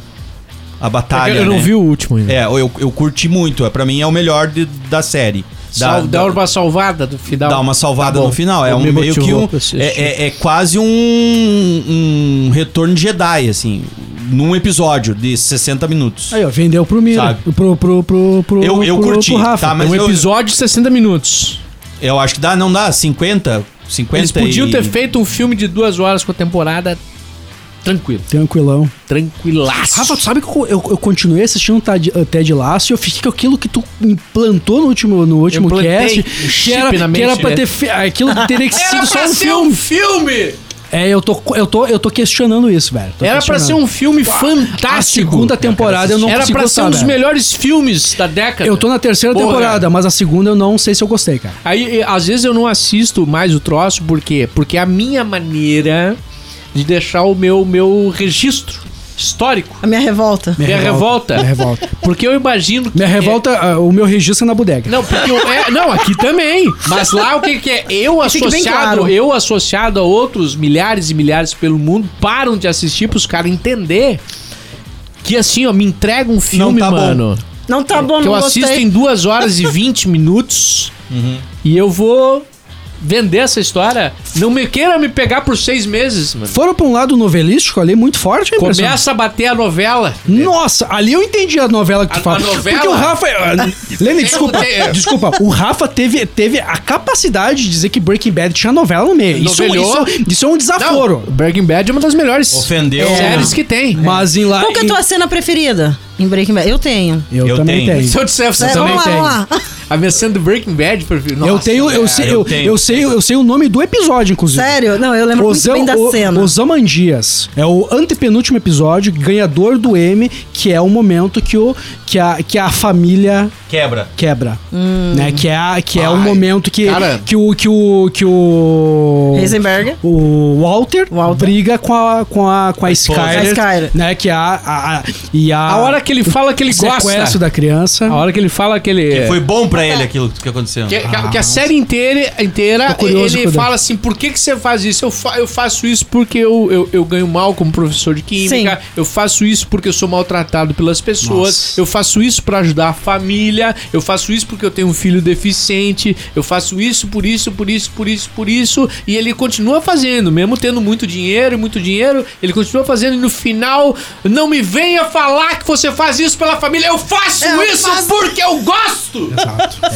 D: A
B: É
D: batalha.
A: eu não
D: né?
A: vi o último ainda.
D: É, eu, eu curti muito. É, pra mim é o melhor de- da série. Da-
B: Sal, dá
D: da-
B: uma salvada do final.
D: dá uma salvada
B: Tá bom.
D: no final. É
A: Eu
D: um
A: me
D: meio que
A: motivou
D: um.
A: pra
F: assim,
A: assistir.
D: É, é- é quase um, um retorno de Jedi, assim. Num episódio de 60 minutos.
F: Aí, ó, vendeu pro Mira.
D: Sabe?
F: Pro, pro, pro, pro,
D: Eu- eu
F: pro,
D: curti,
F: pro Rafa.
D: tá, mas-
A: um
D: eu-
A: episódio de 60 minutos.
D: Eu acho que dá, não dá? 50? 50
B: Eles podiam
D: e-
B: ter feito um filme de duas horas com a temporada tranquilo.
F: um Tranquilão.
B: Tranquilaço.
F: Rafa, tu sabe que eu, eu, eu continuei assistindo Tad- Ted Lasso e eu fiquei com aquilo que tu implantou no último, no último
B: Implantei
F: cast.
B: um
F: Que
B: chip
F: era,
B: na
F: que
B: mente,
F: era pra
B: né?
F: ter fe... Aquilo teria que sido só um filme.
B: filme!
F: É, eu tô, eu, tô, eu tô questionando isso, velho. Tô
B: Era pra
F: questionando.
B: ser um filme fantástico.
F: A segunda temporada eu não
B: Era
F: consegui
B: pra ser um
F: gostar,
B: dos
F: velho.
B: melhores filmes da década.
F: Eu tô na terceira
B: um- Porra.
F: temporada, mas a segunda eu não sei se eu gostei, cara.
B: Aí, e- às vezes eu não assisto mais o troço, por quê? Porque é a minha maneira de deixar o meu, meu registro histórico.
E: A minha revolta.
B: Minha, revolta.
F: Minha revolta.
B: Porque eu imagino que.
F: Minha revolta, ah, o meu registro é na bodega.
B: Não, porque eu, é, não, aqui também. Mas lá o que, que é? Eu
E: Fique
B: associado,
E: bem claro.
B: eu associado a outros milhares e milhares pelo mundo param de assistir pros caras entender que assim, ó, me entrega um filme,
D: tá bom.
B: mano.
E: Não tá bom,
B: que eu
E: não
B: assisto
E: gostei.
B: em 2 horas e 20 minutos e eu vou vender essa história. Não me queira me pegar por seis meses, mano.
F: Foram pra um lado novelístico ali, muito forte, hein,
B: Começa a bater a novela.
F: Nossa, ali eu entendi a novela que tu
B: É. A-
F: fala.
B: a novela?
F: Porque o Rafa. Lenny, desculpa.
B: tem- é.
F: Desculpa. O Rafa teve, teve a capacidade de dizer que Breaking Bad tinha novela no meio. Isso,
B: Novelhou.
F: isso, isso é um
E: Tá
F: desaforo.
B: Breaking Bad é uma das melhores
D: Ofendeu. né?
B: séries que tem.
F: Mas em lá.
E: Qual que é a
F: em-
E: tua cena preferida em Breaking Bad? Eu tenho.
F: Eu,
D: Eu
F: também
D: tenho.
F: tenho.
B: Se eu disser, você
E: É,
B: também
E: vamos lá,
B: tem.
E: vamos lá.
B: A minha cena do Breaking Bad, por exemplo.
F: eu
B: Nossa,
F: tenho, eu
B: velho.
F: sei,
D: eu
F: eu,
D: tenho.
F: eu sei, eu sei o nome do episódio, inclusive.
E: Sério? Não, eu lembro
F: Osam,
E: muito bem da
F: o-
E: cena.
F: Osaman Dias é o antepenúltimo episódio, ganhador do M, que é o momento que, o, que, a, que a família
D: Quebra.
F: quebra,
E: Hum.
F: né? Que é a- que é o momento que
B: cara.
F: que o que o que o
E: Heisenberg.
F: o Walter,
E: Walter.
F: briga com a com a com a Skyler,
E: A Skyler.
F: né? Que a, a, a- e a
B: A hora que ele fala que ele
F: sequestro
B: gosta.
F: da criança.
B: A hora que ele fala que ele. é
D: Que foi bom pra ele aquilo que aconteceu.
B: Que, que a- que a série inteira, inteira
F: Ah, Tô curioso
B: ele
F: com o Dan.
B: fala assim: por que, que você faz isso? Eu, fa- eu faço isso porque eu, eu, eu ganho mal como professor de química, eu faço isso porque eu sou maltratado pelas pessoas,
F: Nossa.
B: eu faço isso pra ajudar a família, eu faço isso porque eu tenho um filho deficiente, eu faço isso por isso, por isso, por isso, por isso, e ele continua fazendo, mesmo tendo muito dinheiro e muito dinheiro, ele continua fazendo e no final, não me venha falar que você faz isso pela família, eu faço
E: É, Eu
B: isso
E: faço-
B: porque eu gosto!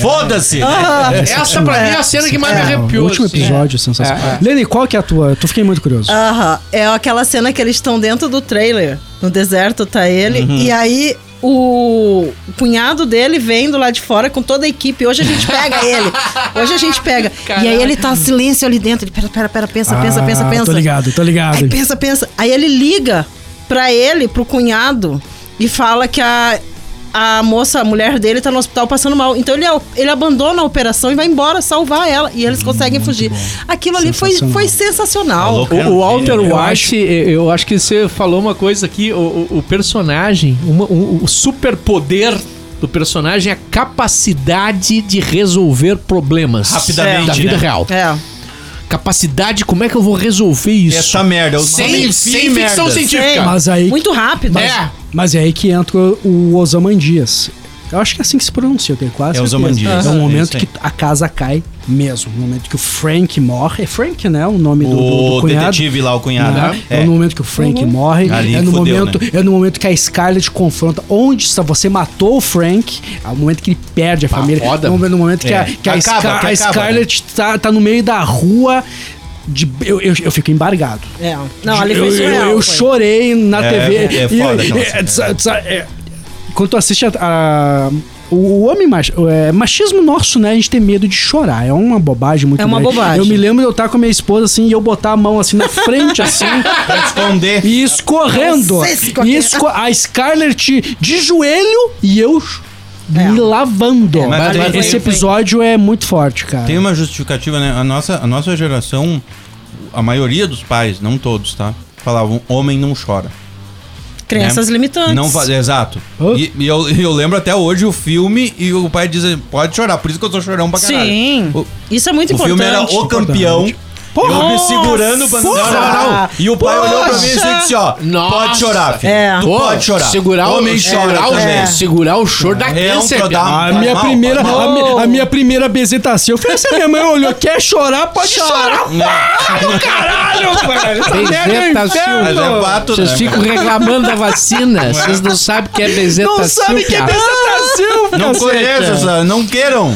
D: Foda-se!
B: Ah, Essa pra mim é a cena que mais me
F: É,
B: arrepiou.
F: o último
B: assim.
F: episódio sensacional.
B: É, é.
F: Lenny, qual que é a tua? Tu fiquei muito curioso.
E: Aham. É aquela cena que eles estão dentro do trailer. No deserto tá ele.
F: Uhum.
E: E aí o cunhado dele vem do lado de fora com toda a equipe. Hoje a gente pega ele. Hoje a gente pega. E aí ele tá em silêncio ali dentro. Ele, pera, pera, pera, pensa, pensa,
F: Ah,
E: pensa, pensa.
F: Tô ligado, tô ligado.
E: Aí pensa, pensa. Aí ele liga pra ele, pro cunhado, e fala que a, a moça, a mulher dele, tá no hospital passando mal. Então ele, ele abandona a operação e vai embora salvar ela. E eles conseguem fugir. Aquilo ali foi,
F: Hum, Sensacional.
E: foi sensacional.
D: Tá louco, né? É.
B: O,
D: cara.
B: o Walter
D: Eu
B: White, eh, eu acho que você falou uma coisa aqui. O, o- o personagem, uma- um- o superpoder do personagem é a capacidade de resolver problemas
D: Rapidamente,
B: da vida
D: né?
B: real.
E: É.
B: capacidade, como é que eu vou resolver isso?
D: Essa merda. É Eu
B: sem sem ficção
D: Tipo,
B: científica.
F: Mas aí-
E: Muito rápido.
B: É.
F: Mas é aí que entra o Osaman Dias. Eu acho que é assim que se pronuncia, eu tenho quase
D: É
F: certeza.
D: Osaman Dias,
F: É um
D: é
F: momento
D: isso aí.
F: que a casa cai mesmo. No momento que o Frank morre. É Frank, né? O nome do, do, do
D: O
F: cunhado.
D: detetive lá, o cunhado.
F: Né?
D: É.
F: É. no momento que o Frank morre.
D: Ali
F: é, no
D: fudeu,
F: momento,
D: né?
F: é no momento que a Scarlett confronta onde está. Você matou o Frank. É o momento que ele perde a família.
B: foda.
F: No, no momento que, a,
D: É.
F: que a
D: Acaba,
F: Scar-
D: que
F: a
D: acaba,
F: Scarlett tá, tá no meio da rua. de- eu, eu, eu fico embargado.
E: É. Não, ali
F: eu,
E: foi surreal.
F: eu, eu
E: foi.
F: chorei na
D: É,
F: TV.
D: é
F: e-
D: foda
F: e-
D: aquela
F: é,
D: cena.
F: tsa- tsa- é, quando tu assiste a, a- o, o homem macho, é, machismo nosso, né? A gente tem medo de chorar. É uma bobagem muito
E: É uma
F: grande.
E: bobagem.
F: Eu me lembro de eu estar com a minha esposa assim e eu botar a mão assim na frente, assim,
D: Pra esconder.
F: e escorrendo.
E: Vocês
F: E
E: com aquele-
F: esco- a Scarlett de joelho e eu
E: É.
F: me lavando.
E: É,
D: mas ali
F: Esse
D: foi-
F: episódio é muito forte, cara.
D: Tem uma justificativa, né? A nossa, a nossa geração, a maioria dos pais, não todos, tá? Falavam, homem não chora.
E: Crenças
D: né?
E: limitantes.
D: Não fa- Exato.
F: Hã?
D: E, e eu, eu lembro até hoje o filme e o pai diz, pode chorar, por isso que eu sou chorão pra caralho.
E: Sim.
D: O-
E: Isso é muito
D: O
E: importante.
D: filme era O Campeão. um- eu me segurando pra não,
E: Porra!
D: não, não. E o pai olhou pra mim e
E: Poxa!
D: disse, assim, ó,
B: Nossa!
D: pode chorar, filho.
E: É.
D: Tu
B: Pô,
D: pode chorar.
B: Segurar o, é,
D: Homem chora
B: segurar, o,
D: também.
B: segurar o choro da
D: É um
B: câncer, cara.
D: programa.
F: A
D: Faz
F: minha,
D: mal,
F: primeira,
D: faz
F: a,
E: mal.
F: mi- a minha primeira apresentação. Eu falei assim: a minha mãe olhou, quer chorar, pode chorar. Caralho, velho. Essa merda é um
B: Bezetasil.
D: Mas
F: inferno.
D: é fato,
B: Vocês
D: né?
B: ficam reclamando da vacina. Vocês não sabem o que é bezetacil,
F: Não sabe que é
B: cara.
F: apresentação,
D: Não conheço essa, não queiram.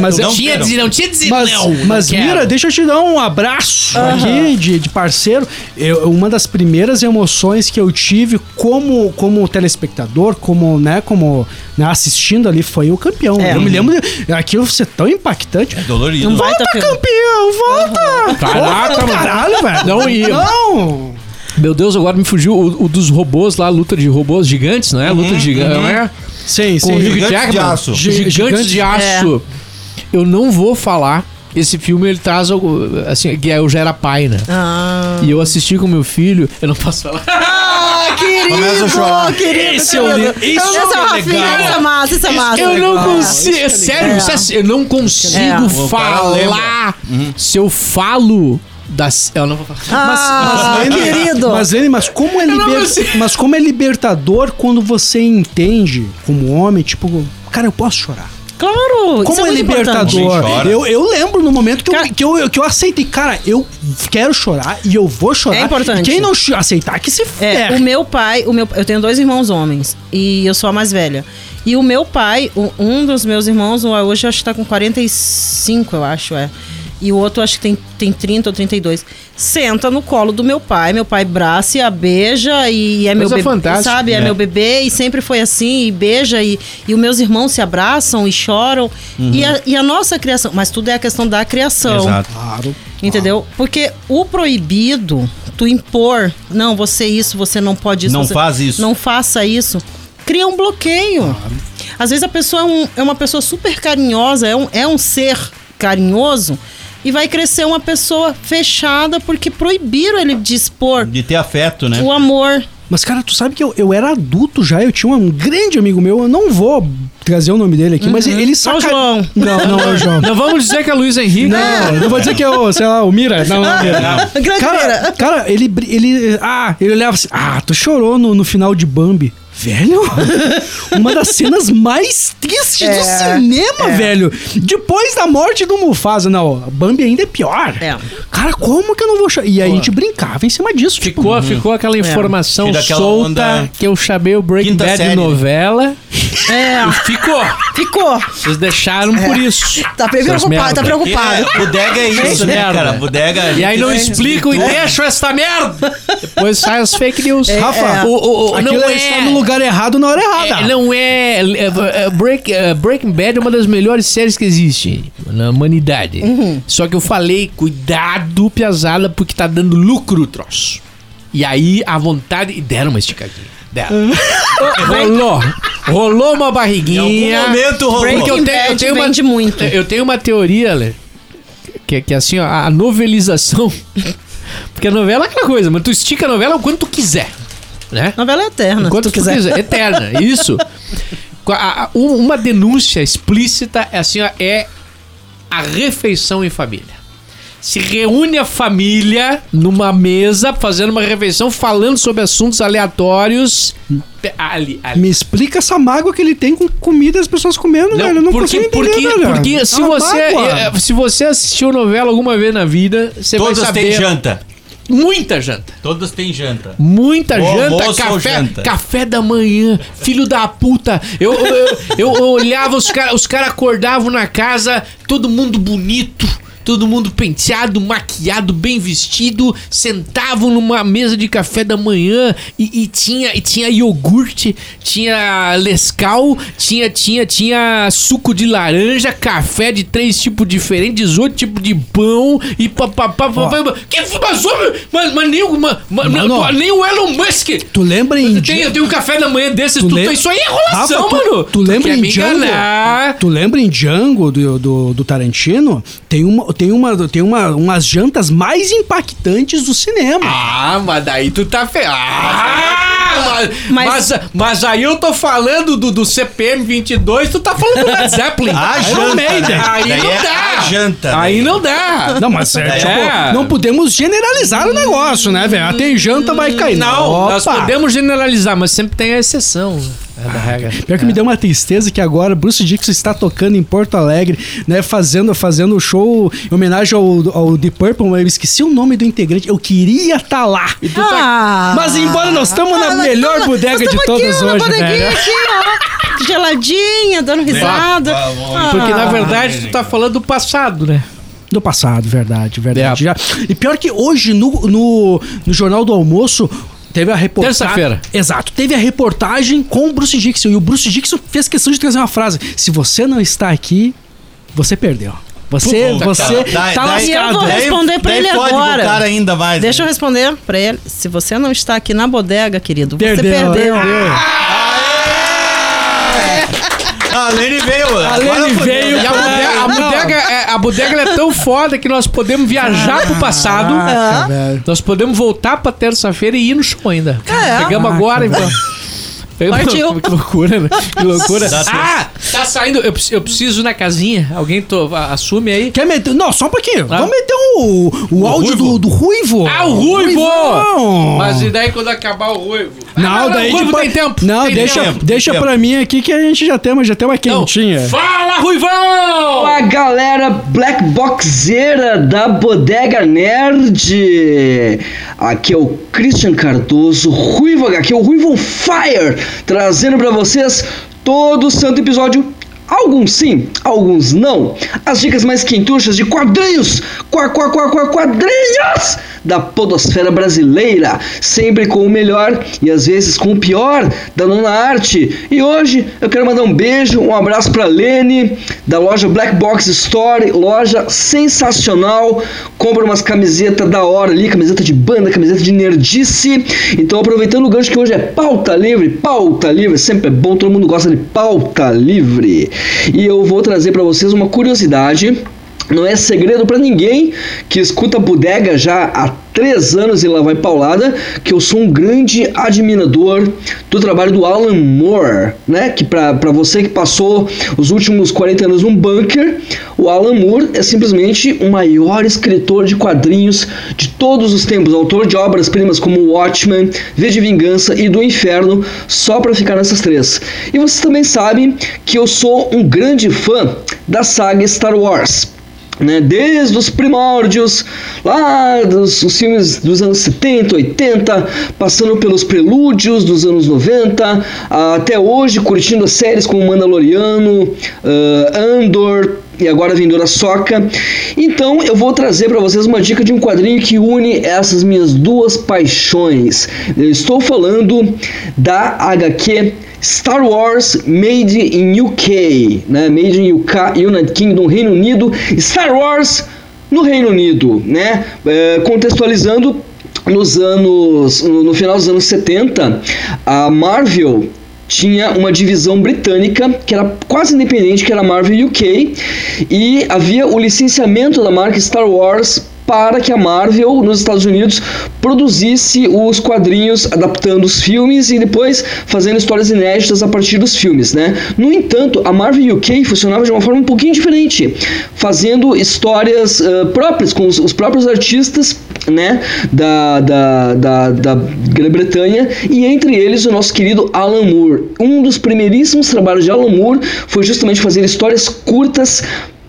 F: Mas, é-
D: Não
B: Tinha
D: quero.
B: dizer, não tinha dizer
F: mas,
B: não.
F: mas
B: não quero.
F: Mira, deixa eu te dar um abraço aqui de, de parceiro. Eu- uma das primeiras emoções que eu tive como, como telespectador, como, né, como né, assistindo ali, foi o campeão.
E: É.
F: Eu me lembro de- aquilo ser tão impactante.
D: É dolorido.
E: Um baita
F: Volta,
E: filme.
F: campeão, volta!
B: Caraca,
F: Volta,
B: mano.
F: Caralho, velho!
B: Não ia.
F: Não!
B: Meu Deus, agora me fugiu o, o dos robôs lá, a luta de robôs gigantes, não é? Luta de gigantes, não é?
F: Sim,
B: Com o
F: sim.
B: Hugh
D: Gigantes de
B: Jackman.
D: Aço.
B: Gi- Gigantes,
F: Gigantes
B: de Aço. Eu não vou falar. Esse filme, ele traz algo... Assim, que eu já era pai, né?
E: Ah.
B: E eu assisti com meu filho... Eu não posso falar.
D: Começa a chorar.
F: Esse eu li. né? Isso
E: Essa é Rafinha, essa é massa, essa é massa.
B: Eu não
E: É.
B: consigo. sério,
E: É.
B: isso é sé- eu não consigo
E: É. O
B: falar. Se eu falo das. Eu não vou falar.
E: Ah, querido.
F: Tá Mas ele, mas como é
B: não
F: liber-
B: consigo.
F: mas como é libertador quando você entende como homem, tipo, cara, eu posso chorar.
E: Claro.
F: Como
E: isso
F: é,
E: muito importante.
D: Homem
F: libertador?
D: chora.
F: Eu, eu lembro no momento que
E: Cara-
F: eu, que, eu, que eu aceitei, cara, eu quero chorar e eu vou chorar.
E: É importante.
F: E quem não ch- aceitar que se
E: É,
F: ferre.
E: o meu pai, o meu, eu tenho dois irmãos homens e eu sou a mais velha. E o meu pai, o- um dos meus irmãos, o- hoje eu acho que tá com 45, eu acho, é. E o outro acho que tem, tem 30 ou 32. Senta no colo do meu pai, meu pai braça e a beija e é meu
B: Coisa
E: bebê,
B: fantástica,
E: sabe? É
D: né?
E: meu bebê e sempre foi assim, e beija e, e os meus irmãos se abraçam e choram. E, a, e a nossa criação, mas tudo é a questão da criação.
D: Exato.
F: Claro.
E: Entendeu? Porque o proibido, tu impor, não, você isso, você não pode isso.
D: Não
E: você-
D: faz isso.
E: Não faça isso. Cria um bloqueio. Às vezes a pessoa é, um- é uma pessoa super carinhosa, é um, é um ser carinhoso, e vai crescer uma pessoa fechada porque proibiram ele de expor
D: De ter afeto, né?
E: o amor.
F: Mas, cara, tu sabe que eu, eu era adulto já, eu tinha um grande amigo meu, eu não vou trazer o nome dele aqui, mas ele
E: Só
F: saca...
E: o Uhum. João.
F: Não, não é o João.
B: Não vamos dizer que é Luiz Henrique.
F: Não, não vou dizer que é o, sei lá, o Mira. Não, não, é o Mira.
E: Ah. Grande
F: Cara,
E: Mira.
F: cara, ele, bri- ele. Ah, ele olhava assim. Ah, tu chorou no, no final de Bambi. Velho, uma das cenas mais tristes
E: É,
F: do cinema, velho. Depois da morte do Mufasa, não, Bambi ainda é pior.
E: É.
F: Cara, como que eu não vou chorar? E aí a gente brincava em cima disso. tipo,
E: Uhum.
B: Ficou, ficou
E: É.
B: aquela informação
D: Tira aquela
B: solta
D: onda-
B: que eu chamei o Breaking
D: Quinta
B: Bad de
D: série.
B: novela.
E: É,
B: Ficou.
E: ficou.
B: Vocês deixaram por isso.
E: Tá
B: Seus merda.
E: preocupado, É. tá preocupado.
D: É, bodega é isso, né,
B: merda.
D: cara? Bodega.
B: E aí não explicam e
D: É.
B: deixam essa merda.
E: É.
B: Depois sai as fake news.
F: Rafa,
B: o, o, o,
F: aquilo
B: não
F: é.
B: é.
F: está no lugar errado na hora errada.
B: É, não é. é, é, Break- é, Breaking Bad é uma das melhores séries que existe na humanidade.
E: Uhum.
B: Só que eu falei, cuidado, piazada, porque tá dando lucro o troço. E aí a vontade. E deram uma esticadinha.
E: Uhum.
B: Deram. rolou. Rolou uma
D: Em
B: barriguinha.
D: algum momento rolou.
B: Porque né? eu
E: Breaking
B: tenho, eu
E: Bad
B: tenho uma,
E: vende muito.
B: eu tenho uma teoria, Lê, que, que assim, ó, a novelização. Porque a novela é aquela coisa, mas tu estica a novela o quanto tu quiser. Né?
E: Novela é eterna.
B: Enquanto
E: se tu quiser.
B: Eterna, isso. Com a- a- um- uma denúncia explícita é assim, ó, é a refeição em família. se reúne a família numa mesa, fazendo uma refeição, falando sobre assuntos aleatórios. Pe- Ali, ali.
F: Me explica essa mágoa que ele tem com comida e as pessoas comendo, velho. Eu não
B: porque,
F: consigo entender,
B: porque,
F: velho.
B: porque
F: É
B: se,
F: uma
B: você,
F: mágoa.
B: eh, se você assistiu novela alguma vez na vida, você vai
D: Todas
B: saber.
D: têm janta.
B: Muita janta.
D: Todas têm janta.
B: Muita
D: Bom
B: janta,
D: almoço ou
B: café,
D: janta?
B: café da manhã, filho da puta. Eu, eu, eu- eu olhava os caras, os caras acordavam na casa, todo mundo bonito, todo mundo penteado, maquiado, bem vestido, sentavam numa mesa de café da manhã e, e tinha e tinha iogurte, tinha lescal, tinha tinha tinha suco de laranja, café de três tipos diferentes, 18 tipos de pão e papapá. Que fumaçou, mas, mas nem o- mas- mas-
F: Mano.
B: mas nem o Elon Musk.
F: Tu lembra em.
B: Tem, eu tenho um café da manhã desses,
F: Tu
B: tu,
F: lem-
B: isso aí é enrolação,
F: Rafa, tu-
B: mano.
F: Tu lembra
B: quer
F: em
B: me
F: Django?
B: enganar?
F: Tu lembra em Django do, do, do Tarantino? Tem, uma, tem, uma, tem uma, umas jantas mais impactantes do cinema.
B: Ah, mas daí tu tá feio. Ah, mas, mas,
E: Mas-
B: mas aí eu tô falando do, do CPM 22, tu tá falando do Led Zeppelin.
F: Ah,
D: A
B: Iron
D: janta,
B: Maiden.
D: né?
B: Aí
D: Daí
B: não
D: é
B: dá.
D: a janta,
B: Aí
D: né?
B: não dá.
F: Não, mas é,
B: É.
F: tipo, não podemos generalizar o negócio, né, velho? Ah, Tem janta, vai cair.
B: Não,
F: Opa!
B: nós podemos generalizar, mas sempre tem a exceção né, da regra.
F: Pior que me deu uma tristeza que agora Bruce Dixon está tocando em Porto Alegre, né? Fazendo fazendo o show em homenagem ao, ao The Purple, mas eu esqueci o nome do integrante. Eu queria estar lá.
B: tá
E: Ah,
F: Mas embora nós estamos na melhor bodega de todas
E: um na
F: hoje,
E: bodeguinha
F: velho. né?
E: aqui, ó. Geladinha, dando risada.
D: Ah, bom.
B: Porque na
E: Ah.
B: verdade tu tá falando do passado, né?
F: Do passado, verdade, verdade. Já. E pior que hoje, no, no, no Jornal do Almoço, teve a reportagem.
B: Terça-feira.
F: Exato. Teve a reportagem com o Bruce Dixon. E o Bruce Dixon fez questão de trazer uma frase: Se você não está aqui, você perdeu. Você,
D: Puta,
F: você
D: cara, dá-
F: tá
D: dá-
E: E eu
F: lascado.
E: vou responder pra
D: daí
E: ele
D: fode com o
E: agora.
D: cara ainda mais.
E: Deixa eu
D: né?
E: responder pra ele. Se você não está aqui na bodega, querido,
F: Perdeu, Ah!
E: você perdeu.
F: perdeu.
D: A Lene veio. A
F: Lene veio.
B: E a bodega, a,
F: Não.
B: bodega é, a bodega ela é tão foda que nós podemos viajar pro passado.
F: Ah,
E: Ah!
F: Caraca, velho.
B: Nós podemos voltar pra terça-feira e ir no show ainda.
E: É.
F: Ah,
B: Pegamos agora e vamos. Pegamos-
E: Partiu.
B: Que loucura, né? Que loucura.
D: Dá tempo.
B: ah, tá saindo. Eu, preciso- eu preciso na casinha. Alguém to- a- assume aí.
F: Quer meter? Não, só um pouquinho.
B: Ah.
F: Vamos meter o, o, áudio
D: Ruivo?
F: do, do Ruivo.
B: Ah, o Ruivo!
F: Ruivão!
B: Mas e daí quando acabar o Ruivo? Ah,
F: Oh. Não, daí
B: o Ruivo
F: depois-
B: tem tempo.
F: Não,
B: Tem
F: deixa,
B: tempo.
F: deixa
D: tem
F: pra mim aqui que a gente já tem, uma- já tem uma
B: Não.
F: quentinha.
B: Fala, Ruivão!
G: Fala galera Black Boxeira da Bodega Nerd! Aqui é o Christian Cardoso, Ruivo aqui é o Ruivo on Fire, trazendo pra vocês todo santo episódio. Alguns sim, alguns não. As dicas mais quentuchas de quadrinhos, qua, qua, qua, qua, quadrinhos da podosfera brasileira, sempre com o melhor e às vezes com o pior da nona arte. E hoje eu quero mandar um beijo, um abraço pra Lene da loja Black Box Store, loja sensacional. Compra umas camisetas da hora ali, camiseta de banda, camiseta de nerdice. Então aproveitando o gancho que hoje é pauta livre, pauta livre, sempre é bom, todo mundo gosta de pauta livre. E eu vou trazer pra vocês uma curiosidade não é segredo pra ninguém que escuta a bodega já há três anos e lá vai paulada que eu sou um grande admirador do trabalho do Alan Moore, né? Que pra pra você que passou os últimos 40 anos num bunker, o Alan Moore é simplesmente o maior escritor de quadrinhos de todos os tempos, autor de obras-primas como Watchmen, V de Vingança e Do Inferno, só pra ficar nessas três. E vocês também sabem que eu sou um grande fã da saga Star Wars né, desde os primórdios, lá dos os filmes dos anos 70, 80, passando pelos prelúdios dos anos 90, até hoje curtindo as séries como Mandaloriano, ah, Andor e agora Vindoura Soca. Então eu vou trazer para vocês uma dica de um quadrinho que une essas minhas duas paixões. Eu estou falando da HQ Star Wars Made in UK, né? Made in UK, United Kingdom, Reino Unido. Star Wars no Reino Unido, né? É, contextualizando nos anos, no no final dos anos 70, a Marvel tinha uma divisão britânica que era quase independente, que era a Marvel UK, e havia o licenciamento da marca Star Wars para que a Marvel nos Estados Unidos produzisse os quadrinhos adaptando os filmes e depois fazendo histórias inéditas a partir dos filmes, né? No entanto, a Marvel UK funcionava de uma forma um pouquinho diferente, fazendo histórias eh, próprias com os, os próprios artistas, né, da, da, da, da Grã-Bretanha e entre eles o nosso querido Alan Moore. Um dos primeiríssimos trabalhos de Alan Moore foi justamente fazer histórias curtas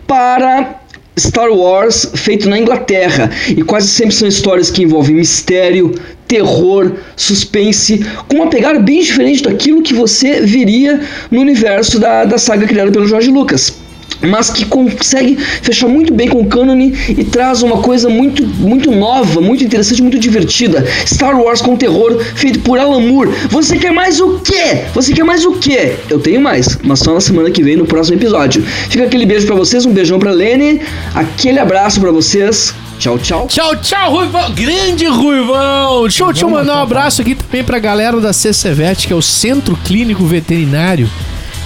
G: para Star Wars feito na Inglaterra e quase sempre são histórias que envolvem mistério, terror, suspense, com uma pegada bem diferente daquilo que você veria no universo da, da saga criada pelo George Lucas. Mas que consegue fechar muito bem com o cânone e traz uma coisa muito, muito nova, muito interessante, muito divertida. Star Wars com terror, feito por Alan Moore. Você quer mais o quê? Você quer mais o quê? Eu tenho mais, mas só na semana que vem, no próximo episódio. Fica aquele beijo pra vocês, um beijão pra Lene, aquele abraço pra vocês. Tchau, tchau.
B: Tchau, tchau, Ruivão. Grande Ruivão. Deixa eu te mandar um abraço aqui também pra galera da CCVET, que é o Centro Clínico Veterinário,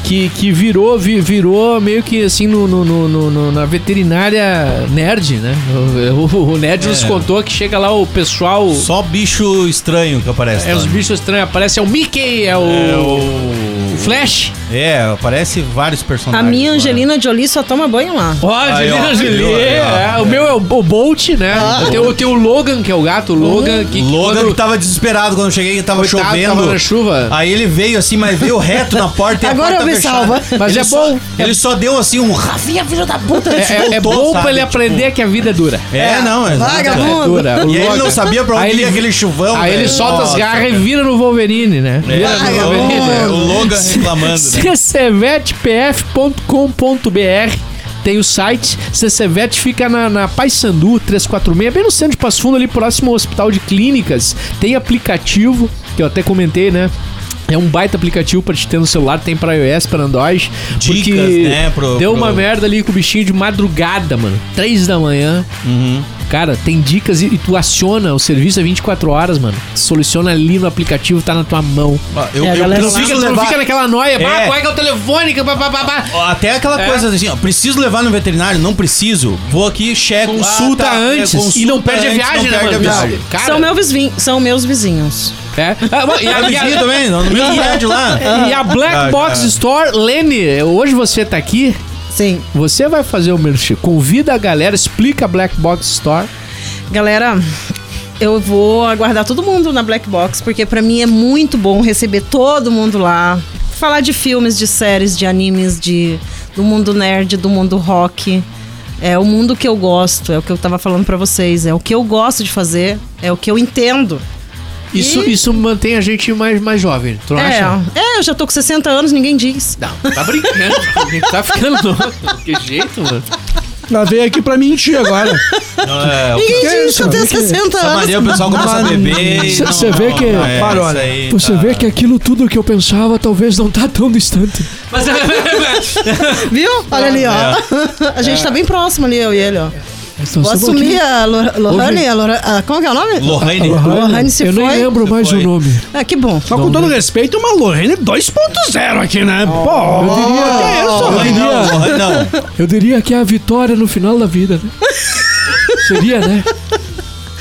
B: que, que virou, vi- virou meio que assim no, no- no- no- no- na veterinária nerd, né? O, o- o nerd nos contou que chega lá o pessoal...
D: É. Só bicho estranho que aparece.
B: É
D: lá,
B: os
D: né?
B: bichos estranhos, aparece é o Mickey, é o,
D: o-
B: Flash.
D: É, aparece vários
E: A
D: personagens.
E: minha
D: lá.
E: Angelina Jolie só toma banho lá.
B: Ó,
D: Aí, ó,
B: Angelina
D: viu?
B: Jolie.
D: Aí, ó.
B: né, é, O meu é o, o Bolt, né? Tem, o- tem o Logan, que é o gato, o Logan. Que, que
D: Logan
B: quando-
D: que tava desesperado quando eu cheguei, que tava
B: Coitado,
D: chovendo.
B: tava na chuva.
D: Aí ele veio assim, mas veio reto na porta e a
E: Agora
D: porta
E: eu me
D: fechada.
E: salva.
B: Mas
D: ele
B: é
D: só-
B: bom.
D: Ele só deu assim um Rafinha, filho da puta. ele se
B: É, é- é
D: voltou,
B: bom
D: sabe?
B: pra ele aprender que a vida é dura.
D: Tipo, É, não, é.
B: É
E: Vagabundo!
B: dura. O
D: E aí ele
B: Logan.
D: não sabia pra onde
B: Aí
D: ia
B: ele-
D: aquele chuvão.
B: Aí ele
D: velho.
B: solta as
D: Nossa,
B: garras e
D: cara.
B: vira no Wolverine, né? Vira
D: É,
B: no Wolverine. né?
D: o Logan reclamando, né?
B: ccvetpf.com.br tem o site, CCVET fica na, na Paysandu 346, bem no centro de Passo Fundo, ali próximo ao Hospital de Clínicas. Tem aplicativo, que eu até comentei, né? É um baita aplicativo pra te ter no celular, tem pra iOS, pra Android.
D: Dicas,
B: porque
D: né, pro-
B: deu uma
D: pro-
B: merda ali com o bichinho de madrugada, mano. Três da manhã,
D: Uhum.
B: Cara, tem dicas e, e tu aciona o serviço é 24 horas, mano. Tu Soluciona ali no aplicativo, tá na tua mão.
D: Ó, Eu,
E: É, a
D: eu
E: galera
B: Tu não
D: preciso
B: fica, tu não
D: levar.
B: fica naquela noia,
D: É.
B: pá, qual é que é o telefone? que pá, pá, pá, pá.
D: Ó, Até aquela
B: É.
D: coisa assim, ó, preciso levar no veterinário? Não preciso. Vou aqui, checo.
B: Consulta
D: Ah, tá, é,
B: antes
D: consulta
B: e não perde a
D: antes,
B: viagem,
D: não
B: né,
D: perde
B: mano?
D: a viagem.
B: Cara,
E: São, meus vizinhos, são meus vizinhos.
B: é. Ah, bom, e,
D: É
B: a, e,
D: vizinho
B: a,
D: também, no mesmo prédio lá.
B: e a Black
D: Ah,
B: Box
D: cara.
B: Store, Lene, hoje você tá aqui,
E: Sim.
B: você vai fazer o merchan. Convida a galera, explica a Black Box Store.
E: Galera, eu vou aguardar todo mundo na Black Box, porque pra mim é muito bom receber todo mundo lá. Falar de filmes, de séries, de animes, de do mundo nerd, do mundo rock. É o mundo que eu gosto, é o que eu tava falando pra vocês, é o que eu gosto de fazer, é o que eu entendo.
B: Isso,
E: E-
B: isso mantém a gente mais, mais jovem, tu não
E: É,
B: acha?
E: é, eu já tô com 60 anos, ninguém diz.
B: Não, tá brincando. tá ficando louco. Que jeito, mano.
H: Ela veio aqui pra mentir agora.
D: É, o-
E: Ninguém
H: que é
E: diz que eu
H: isso?
E: tenho
H: Que que é
E: 60
D: Essa
E: anos.
D: mania o pessoal começa a beber. e
F: Cê-
D: não,
F: cê vê
D: não,
F: que-
D: não, é,
H: Parou,
D: isso
H: né?
D: aí
F: Você
D: tá-
F: vê que aquilo tudo que eu pensava talvez não tá tão distante.
E: Viu? Olha ali, ó. A gente tá bem próximo ali, eu e ele, ó.
F: Então,
E: Vou
F: sabe o
E: assumir
F: quê?
E: a Lo- Lohane, a Lora- a- como que é o nome?
D: Lohane.
E: Lohane se
F: Eu nem
E: foi.
F: lembro mais
D: foi.
F: o nome.
E: Ah, que bom.
H: Só com todo respeito, uma Lorraine 2.0 aqui, né? Pô,
F: Eu diria, é
D: Lohane não, Lohane não.
F: eu diria que é a vitória no final da vida, né? Seria, né?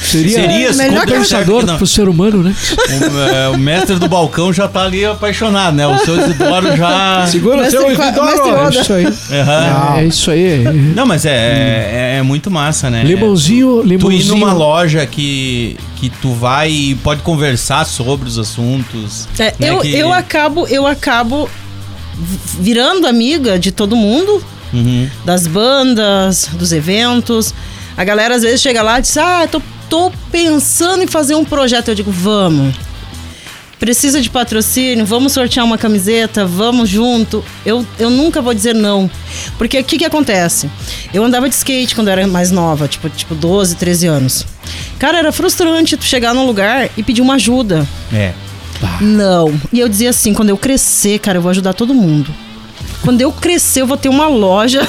F: Seria,
D: Seria
E: melhor
D: super
E: que
D: pensador.
E: eu-
F: pensador
D: Não.
F: pro ser humano, né?
D: O, é, o mestre do balcão já tá ali apaixonado, né? O seu Isidoro já.
H: segura
E: Mestre
H: seu
E: Qua- Mestre
H: Isidoro.
E: Oda.
F: É isso aí.
D: Aham.
F: É isso aí.
D: Não, mas é, é, é muito massa, né?
F: Limãozinho,
D: Tu ir numa
F: limãozinho.
D: loja que, que tu vai e pode conversar sobre os assuntos.
E: É,
D: né,
E: eu,
D: que-
E: eu acabo, eu acabo vi- virando amiga de todo mundo,
D: Uhum.
E: das bandas, dos eventos. A galera às vezes chega lá e diz: Ah, tô, tô pensando em fazer um projeto. Eu digo: Vamos. Precisa de patrocínio? Vamos sortear uma camiseta? Vamos junto? Eu, eu nunca vou dizer não. Porque o que, que acontece? Eu andava de skate quando eu era mais nova, tipo, tipo 12, 13 anos. Cara, era frustrante tu chegar num lugar e pedir uma ajuda.
D: É.
E: Não. E eu dizia assim, quando eu crescer, cara, eu vou ajudar todo mundo. Quando eu crescer, eu vou ter uma loja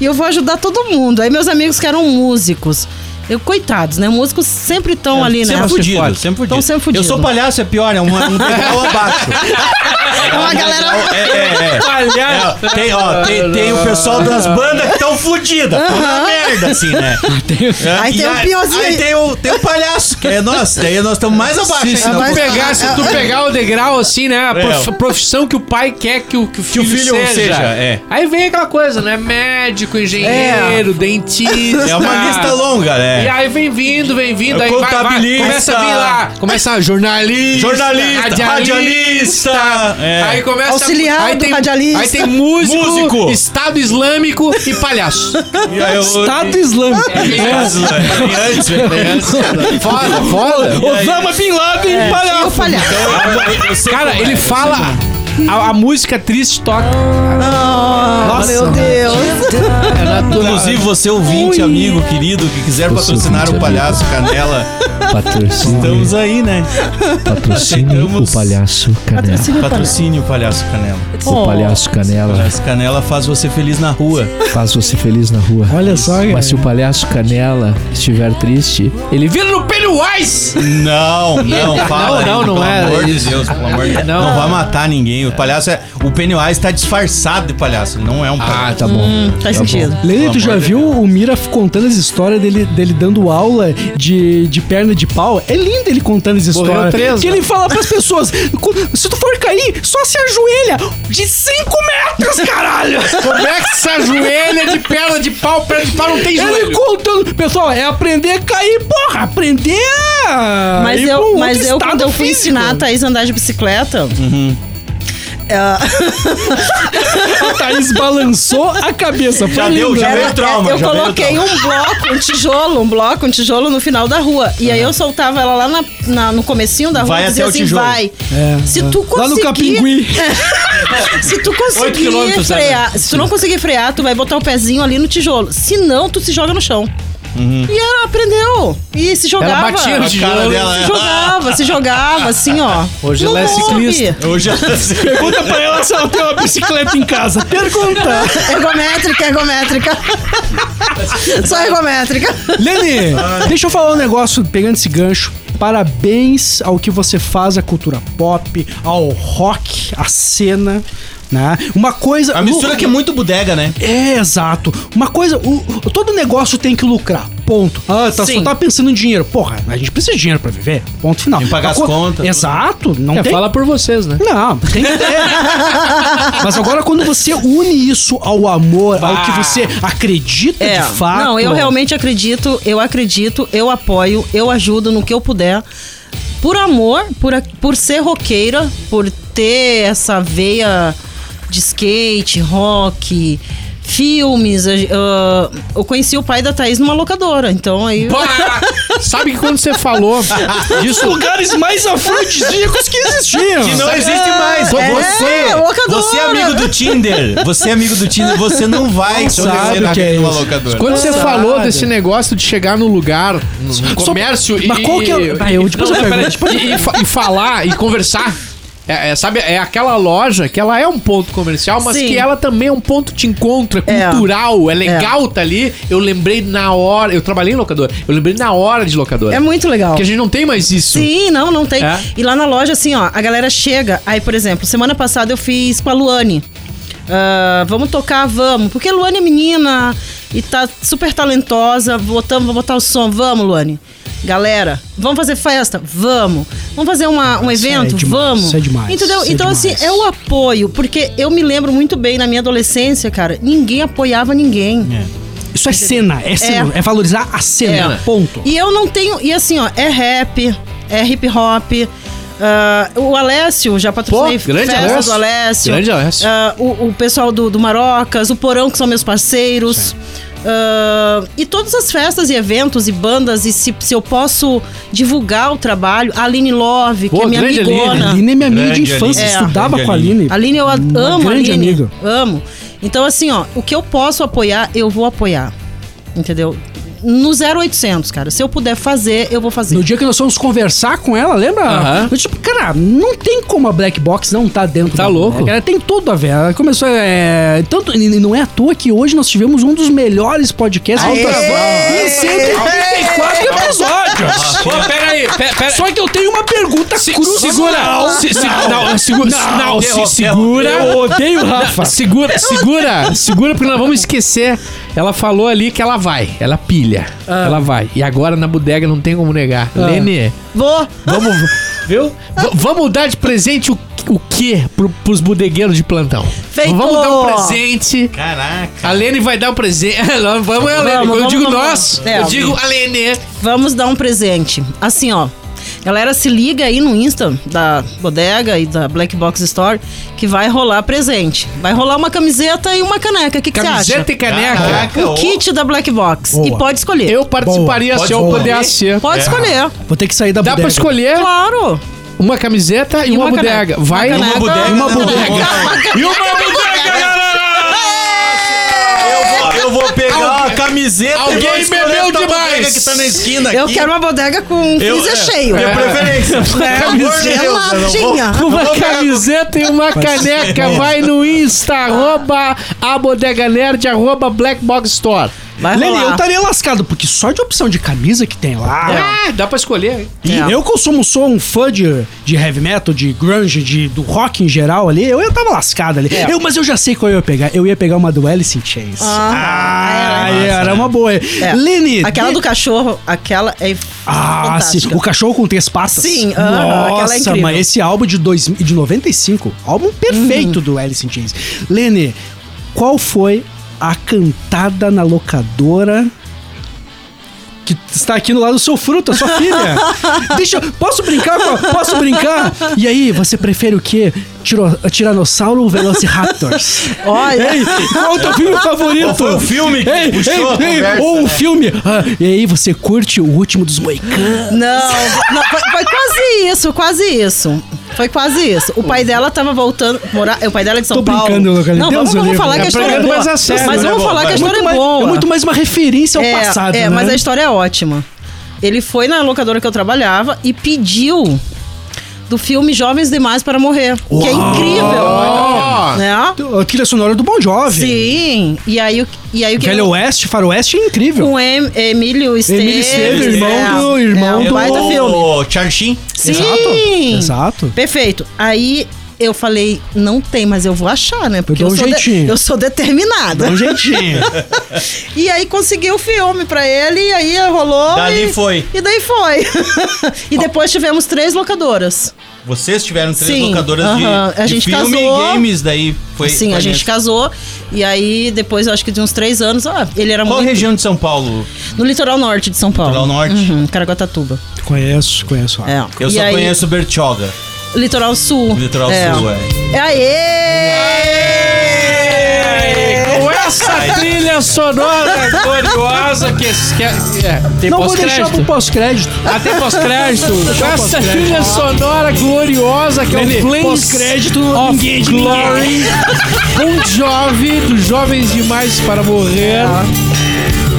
E: e eu vou ajudar todo mundo. Aí meus amigos que eram músicos. Eu, coitados, né? Músicos sempre estão ali, né?
D: É, Sempre fudido, sempre fudido.
E: Tão sempre fudido.
D: Eu sou palhaço, é pior, é um, um degrau abaixo.
E: É uma galera.
D: É, é, é. É, ó, tem, ó, tem, tem o pessoal das bandas que tão fodidas. Tão na merda, assim, né? É,
E: Aí
D: e
E: tem um piorzinho
D: Aí
E: aí.
D: tem o, tem o palhaço, que é nós. Daí nós estamos mais abaixo
B: Se, se
D: ainda.
B: tu
E: mas-
B: pegar, se tu pegar o degrau assim, né? A prof-
D: É.
B: profissão que o pai quer que o, que o filho,
D: filho
B: seja.
D: seja, é.
B: Aí vem aquela coisa, né? Médico, engenheiro, dentista.
D: É uma lista longa,
B: E
D: né?
B: aí vem vindo, vem vindo, aí vai, vai,
D: É Contabilista.
B: começa a vir lá, começa a jornalista,
D: Jornalista, radialista. é.
B: Aí começa
E: Auxiliar
B: aí
E: do radialista.
B: Aí tem músico,
D: Músico.
B: Estado Islâmico e palhaço.
D: E aí eu-
F: Estado Islâmico.
B: É.
D: Tem antes, né? Tem antes, né?
B: foda, foda.
F: Osama Bin Laden,
B: É.
E: Eu falhar.
D: então,
B: Cara,
D: é,
B: ele fala. A, a música triste toca.
E: Nossa, meu Deus.
D: Inclusive, você ouvinte, amigo, querido, que quiser
I: Eu sou
D: patrocinar
I: ouvinte,
D: o Palhaço Canela,
I: Patrocínio,
D: estamos aí, né?
I: patrocínio o
D: Aceitamos.
I: palhaço canela.
E: Patrocínio
D: Patrocine o Palhaço Canela.
I: O palhaço
D: O
I: canela
D: Palhaço Canela faz você feliz na rua.
I: faz você feliz na rua.
F: Olha só, cara.
I: Mas se o palhaço canela estiver triste,
B: Ele vira no Pennywise!
D: Não, não, fala.
B: não,
D: aí,
B: não
D: pelo
B: é
D: amor
B: isso.
D: de Deus, pelo amor de Deus.
B: Não.
D: Não. vai matar ninguém. O palhaço é. O Pennywise tá disfarçado de palhaço. ele Não é um
B: Ah,
D: palhaço.
I: tá bom.
E: Faz Hum, sentido.
F: Lele, tu
D: Pelo
F: já
D: amor de
F: viu o Mira contando as histórias dele, dele dando aula de, de perna de pau? É lindo ele contando as
B: Morreu
F: histórias.
B: três,
I: né?
F: que ele fala pras pessoas: "Cu- se tu for cair, só se ajoelha de 5 metros, caralho!
B: Como é que se ajoelha de perna de pau, perna de pau não tem
F: ele
B: joelho?
F: contando. Pessoal, é aprender a cair, porra! Aprender a.
E: Mas
F: ir pra
E: eu,
F: um
E: mas
F: outro
E: eu
F: estado
E: quando eu fui
F: físico.
E: ensinar a Thaís a andar de bicicleta. é,
F: A Thaís balançou a cabeça. Foi
D: Já
F: lindo.
D: deu, já
E: ela-
D: veio o trauma.
E: eu
D: já veio o
E: coloquei um bloco, um tijolo, um bloco, um tijolo no final da rua. E aí eu soltava ela lá na- na- no comecinho da rua
D: Vai
E: e dizia
D: até o
E: assim:
D: tijolo.
E: vai.
F: É,
E: Se
F: é.
E: tu
F: Lá no
E: conseguir- É.
F: Capingui.
E: Se tu
B: Oito
E: conseguir
B: quilômetros, né?
E: frear, se tu não conseguir frear, tu vai botar o pezinho ali no tijolo. Se não, tu se joga no chão. E ela aprendeu. E se jogava.
B: Uhum. batia no
E: se
B: tijolo.
D: dela, né?
E: jogava, se jogava, assim, ó.
B: Hoje
E: Não
B: ela é
E: houve.
B: ciclista.
D: trauma. Hoje é-
F: Pergunta pra ela se ela tem uma bicicleta em casa. Pergunta.
E: Ergométrica, ergométrica. Só ergométrica.
F: Lene, deixa eu falar um negócio pegando esse gancho. Parabéns ao que você faz, à cultura pop, ao rock, à cena, né? Uma coisa.
D: A mistura que é muito bodega, né?
F: É, exato. Uma coisa, o- o- todo negócio tem que lucrar. Ponto. Ah, tá, só
E: Sim.
F: tá pensando em dinheiro. Porra, a gente precisa de dinheiro pra viver. Ponto final.
D: Tem que pagar
F: Uma
D: as
F: co-
D: contas,
F: Exato. Não
B: É,
F: tem
B: fala por vocês, né?
F: não, tem que ter. Mas agora quando você une isso ao amor, ao que você acredita
E: É.
F: de fato.
E: Não, eu realmente acredito, eu acredito, eu apoio, eu ajudo no que eu puder. Por amor, por, a- por ser roqueira, por ter essa veia de skate, rock, filmes. a- ah, eu conheci o pai da Thaís numa locadora, então aí.
B: Pá! Sabe que quando você falou disso.
F: Ah, lugares mais afrodisíacos que existiam.
D: Que não existe mais.
E: É,
D: Você,
E: locadora.
D: você é amigo do Tinder. Você é amigo do Tinder. Você não vai
F: sabe
D: conhecer
F: o que é
D: numa
F: isso.
D: locadora.
B: Quando você
F: Sabe.
B: falou desse negócio de chegar no lugar, no, no
F: Só-
B: comércio e.
F: mas qual que é o-
B: e-
F: Vai, eu- depois eu
B: Não,
F: pergunto,
B: peraí,
F: depois eu
B: e- e fa- E falar e conversar. É, é, sabe, é aquela loja que ela é um ponto comercial, mas
E: Sim.
B: que ela também é um ponto de encontro, é
E: É.
B: cultural, é legal tá ali. Eu lembrei na hora, eu trabalhei em locadora, eu lembrei na hora de locadora.
E: É muito legal.
B: Porque a gente não tem mais isso.
E: Sim, não, não tem.
B: É?
E: E lá na loja, assim, ó, a galera chega. Aí, por exemplo, semana passada eu fiz com a Luane. Ah, vamos tocar, vamos. Porque a Luane é menina e tá super talentosa. Botamos, vamos botar o som. Vamos, Luane. Galera, vamos fazer festa? Vamos. Vamos fazer uma, um
F: Isso é
E: evento?
F: demais,
E: vamos.
F: isso é demais,
E: Entendeu?
F: isso é
E: então,
F: demais.
E: assim, é o apoio. Porque eu me lembro muito bem na minha adolescência, cara, ninguém apoiava ninguém.
F: Isso é cena, é cena, é, valorizar a cena.
E: É.
F: Ponto.
E: E eu não tenho. E assim, ó, é rap, é hip hop. ah, o Alessio, já patrocinei
B: Pô, grande
E: festa
B: Alessio.
E: do Alessio.
B: Grande é assim. Alessio.
E: Ah, o, o pessoal do, do Marocas, o Porão, que são meus parceiros. Ah, e todas as festas e eventos e bandas, e se, se eu posso divulgar o trabalho, a Aline Love,
B: Pô,
E: que é minha
B: grande
E: amigona.
B: Aline. é
F: A Aline é minha amiga
D: Grande
F: de infância,
E: Aline.
F: estudava
D: Grande
F: com a Aline.
E: Aline, eu a-
F: Uma
E: amo a
F: grande
E: Aline.
F: amiga.
E: Amo. Então, assim, ó, o que eu posso apoiar, eu vou apoiar. Entendeu? no 0800, cara. Se eu puder fazer, eu vou fazer.
F: No dia que nós fomos conversar com ela, lembra?
B: Aham.
F: Eu, tipo, cara, não tem como a Black Box não tá dentro
B: Tá
F: da
B: louco.
F: Black. Ela tem tudo a ver. Ela começou. É, tanto, e não é à toa que hoje nós tivemos um dos melhores podcasts do Brasil. Em 134 episódios.
B: Ah, Pô, pera aí, pera, pera.
F: Só que eu tenho uma pergunta
B: Se-
F: crucial.
B: segura! Se- se- não, segura! Não, se- segura!
F: Eu odeio o Rafa.
B: Não, segura, segura, segura, porque nós vamos esquecer. Ela falou ali que ela vai, ela pilha, ela vai. E agora na bodega não tem como negar. Lene,
E: Vou.
B: vamos. Ah. Viu? vamos dar de presente o, o quê pro, pros bodegueiros de plantão?
E: Feito!
B: Vamos dar um presente.
D: Caraca.
B: A Lene vai dar o presente. Não, vamos, Lene. Quando eu
E: vamos,
B: digo
E: vamos.
B: nós,
E: É,
B: eu digo a Lene.
E: Vamos dar um presente. Assim, ó. Galera, se liga aí no Insta da Bodega e da Black Box Store que vai rolar presente. Vai rolar uma camiseta e uma caneca. O que, que você acha?
B: Camiseta e caneca.
E: O kit da Black Box.
F: Boa.
E: E pode escolher.
B: Eu participaria
D: Boa.
B: se eu
D: Pode
B: pudesse. ser.
E: Pode escolher.
F: Vou ter que sair da
B: Dá pra
F: bodega.
B: escolher
E: Claro.
B: uma camiseta e, uma, bodega. Vai
E: caneca,
D: Uma
E: caneca.
B: E uma bodega, galera!
D: Eu vou, eu vou pegar a camiseta.
B: Alguém
D: e vou escolher
B: bebeu
D: a tua
B: demais.
D: bodega Que tá na esquina
E: Eu
D: aqui.
E: quero uma bodega com
D: Eu-
E: freezer
D: é,
E: cheio.
D: Minha preferência. Camiseta.
E: Geladinha.
B: Uma camiseta e uma caneca. Vai no Insta, arroba a bodega nerd, arroba Black Box Store.
E: Vai
F: Lele, eu tá
E: rolar.
F: estaria lascado, porque só de opção de camisa que tem lá.
B: Ah, dá pra escolher. hein?
F: E eu consumo sou um fã de, de heavy metal, de grunge, de, do rock em geral ali, eu, eu tava lascado ali. Eu, mas eu já sei qual eu ia pegar. Eu ia pegar uma do Alice in Chains.
E: Ah,
F: Ah,
E: é,
F: era uma boa.
E: É.
F: Lene...
E: Aquela
F: de-
E: do cachorro, aquela é
F: Ah, sim.
E: fantástica.
F: O cachorro com três patas.
E: Sim, aham, aquela é
F: Nossa,
E: incrível.
F: mas esse álbum de, dois, de 95, álbum perfeito
E: Uhum.
F: do Alice in Chains. Lene, qual foi a cantada na locadora que está aqui no lado do seu fruto, a sua filha? Deixa, eu- posso brincar? com a- Posso brincar? E aí, você prefere o quê? Tiro- tiranossauro ou Velociraptors?
E: Olha.
F: Ei, qual é o teu filme favorito?
D: Qual foi o filme que
F: Ei,
D: puxou a
F: ei, ei,
D: conversa,
F: ou um
D: né?
F: filme. Ah, e aí, você curte o último dos Moicanos?
E: Não, não, foi, foi quase isso, quase isso. Foi quase isso. O pai dela tava voltando. Morar, o pai dela é de São
F: Tô
E: Paulo.
F: brincando, Lucas.
E: Não,
F: Deus
E: vamos, vamos
F: livre.
E: falar que a
F: É
E: história é
F: programa
E: boa.
F: mais a sério,
E: mas
F: né,
E: vamos
D: boa?
E: falar que a
D: Vai.
E: história é
F: mais,
E: boa.
F: muito mais uma referência ao
E: é,
F: passado.
E: é,
F: né?
E: mas a história é ótima. Ele foi na locadora que eu trabalhava e pediu do filme Jovens Demais para Morrer, que é incrível. Né?
F: A trilha sonora do Bon Jovi.
E: Sim. E aí, o- e aí o que
F: Velho Oeste, Faroeste é incrível.
E: com em, Emílio Esteves.
F: Emílio Esteves, irmão
E: é,
F: do- irmão
E: é, um
F: do-
E: baita filme.
D: Ô, Charchin.
E: Sim.
F: Exato.
E: Perfeito. Aí eu falei, não tem, mas eu vou achar, né? Porque
F: dou
E: eu,
F: um
E: sou, de-
F: jeitinho.
E: eu sou determinada.
F: Dá um jeitinho.
E: E aí consegui o filme pra ele, e aí rolou.
D: Dali
E: e,
D: foi.
E: E daí foi. e depois tivemos três locadoras.
D: Vocês tiveram três
E: Sim,
D: locadoras de,
E: aham. A
D: de
E: gente
D: filme
E: casou.
D: e games, daí foi.
E: Sim,
D: foi
E: Assim, a gente
D: nesse.
E: casou. E aí, depois, eu acho que de uns três anos, ah, ele era
D: Qual
E: muito.
D: região de São Paulo?
E: No litoral norte de São Paulo.
D: Litoral norte.
E: Uhum, Caraguatatuba.
F: conheço, conheço.
E: É.
D: Eu
E: E
D: só
E: aí,
D: conheço Bertioga.
E: Litoral sul.
D: Litoral sul, é.
E: é. Aê!
B: Com essa trilha sonora gloriosa que... que é, tem
F: Não vou deixar pro
B: pós-crédito.
F: pós-crédito.
B: Até pós-crédito. Com essa
F: pós-crédito.
B: trilha sonora gloriosa que é
F: Lene,
B: o Flames
F: pós-crédito, ninguém é
B: of
F: de
B: Glory. Um jovem dos Jovens Demais para Morrer.
F: Ah.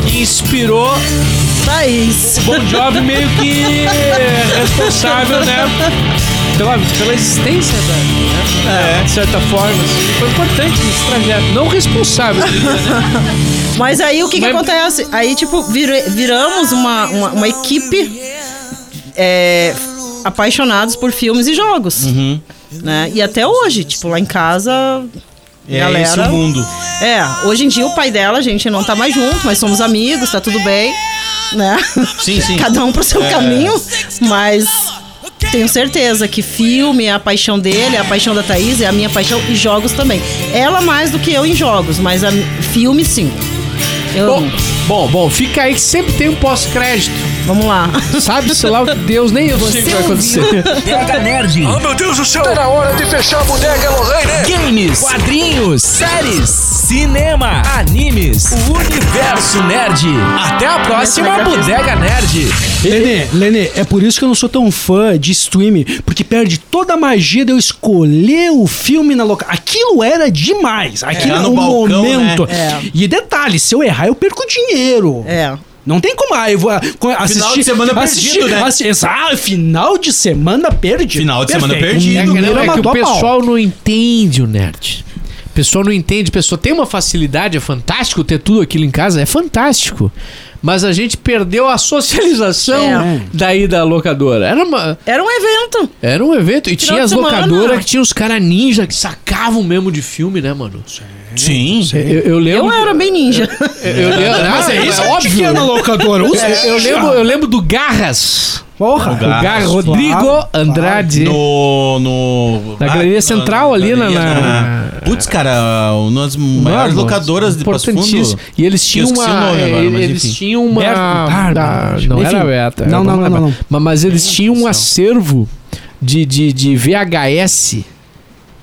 B: Que inspirou
E: Thaís.
B: Bon Jovi meio que responsável, né? Pela, pela existência da, né? De certa forma. assim. Foi importante esse trajeto. Não responsável.
E: Mas aí o que, que
B: Mas-
E: acontece? Aí, tipo, vira- viramos uma, uma, uma equipe é, apaixonados por filmes e jogos.
D: Uhum.
E: Né? E até hoje, tipo, lá em casa.
D: É
E: galera.
D: esse o mundo.
E: É, hoje em dia o pai dela, a gente não tá mais junto, mas somos amigos, tá tudo bem. Né?
D: Sim, sim.
E: Cada um pro seu
D: É.
E: caminho, mas. Tenho certeza que filme é a paixão dele, é a paixão da Thaís, é a minha paixão e jogos também. Ela mais do que eu em jogos, mas a, filme sim. Eu,
B: bom, bom, bom, fica aí que sempre tem um pós-crédito.
E: Vamos lá.
B: Sabe-se lá o que Deus, nem eu sei o que vai acontecer.
J: Bodega Nerd.
K: Oh, meu Deus do céu! Tá na hora de fechar a bodega, Lorraine!
J: Games, quadrinhos, séries, cinema, animes, o universo nerd. Até a próxima Bodega Nerd.
F: Lene, Lene, é por isso que eu não sou tão fã de streaming, porque perde toda a magia de eu escolher o filme na local. Aquilo era demais. Aquilo
D: lá
F: era
D: no
F: um
D: balcão,
F: momento.
E: né? É.
F: E detalhe, se eu errar, eu perco dinheiro.
E: É.
F: Não tem como, ah, eu vou ah, co- assistir...
D: semana
F: assistir,
D: perdido, né?
F: assi- exato, final de semana perdido.
D: Final de semana perdido.
B: É,
F: O
B: que-
F: Mineiro
B: é que
F: matou
B: o
F: a pau.
B: pessoal não entende o nerd. O pessoal não entende, o pessoal tem uma facilidade, é fantástico ter tudo aquilo em casa, é fantástico. Mas a gente perdeu a socialização
F: É.
B: daí da locadora. Era, uma-
E: Era um evento.
B: era um evento e
E: Final
B: tinha
E: de
B: as
E: semana.
B: locadoras que tinha os caras ninja que sacavam mesmo de filme, né, mano?
D: Sim.
B: Eu, eu lembro.
E: Eu era bem ninja.
B: eu- eu lembro-
F: Mas é
B: ah,
F: isso,
B: óbvio.
F: óbvio. na locadora. Os-
B: É, eu, lembro, eu lembro do Garras.
F: Porra.
D: O Garra.
B: o Garra Rodrigo
F: claro,
B: Andrade.
D: No. no Ah,
B: Na Galeria Central ali, na- na-
D: Putz, cara, uma das maiores
B: Mano,
D: locadoras de Passo Fundo.
B: importantíssimo. E eles tinham
D: esqueci
B: uma.
D: o nome agora,
B: e-
D: mas
B: eles
D: enfim.
B: tinham uma.
F: Berta,
B: Ah, não
F: Enfim.
B: era Beta.
F: Não,
B: eu
F: não, não,
B: lembro.
F: não, não.
B: Mas, mas eles tinham um acervo de, de, de VHS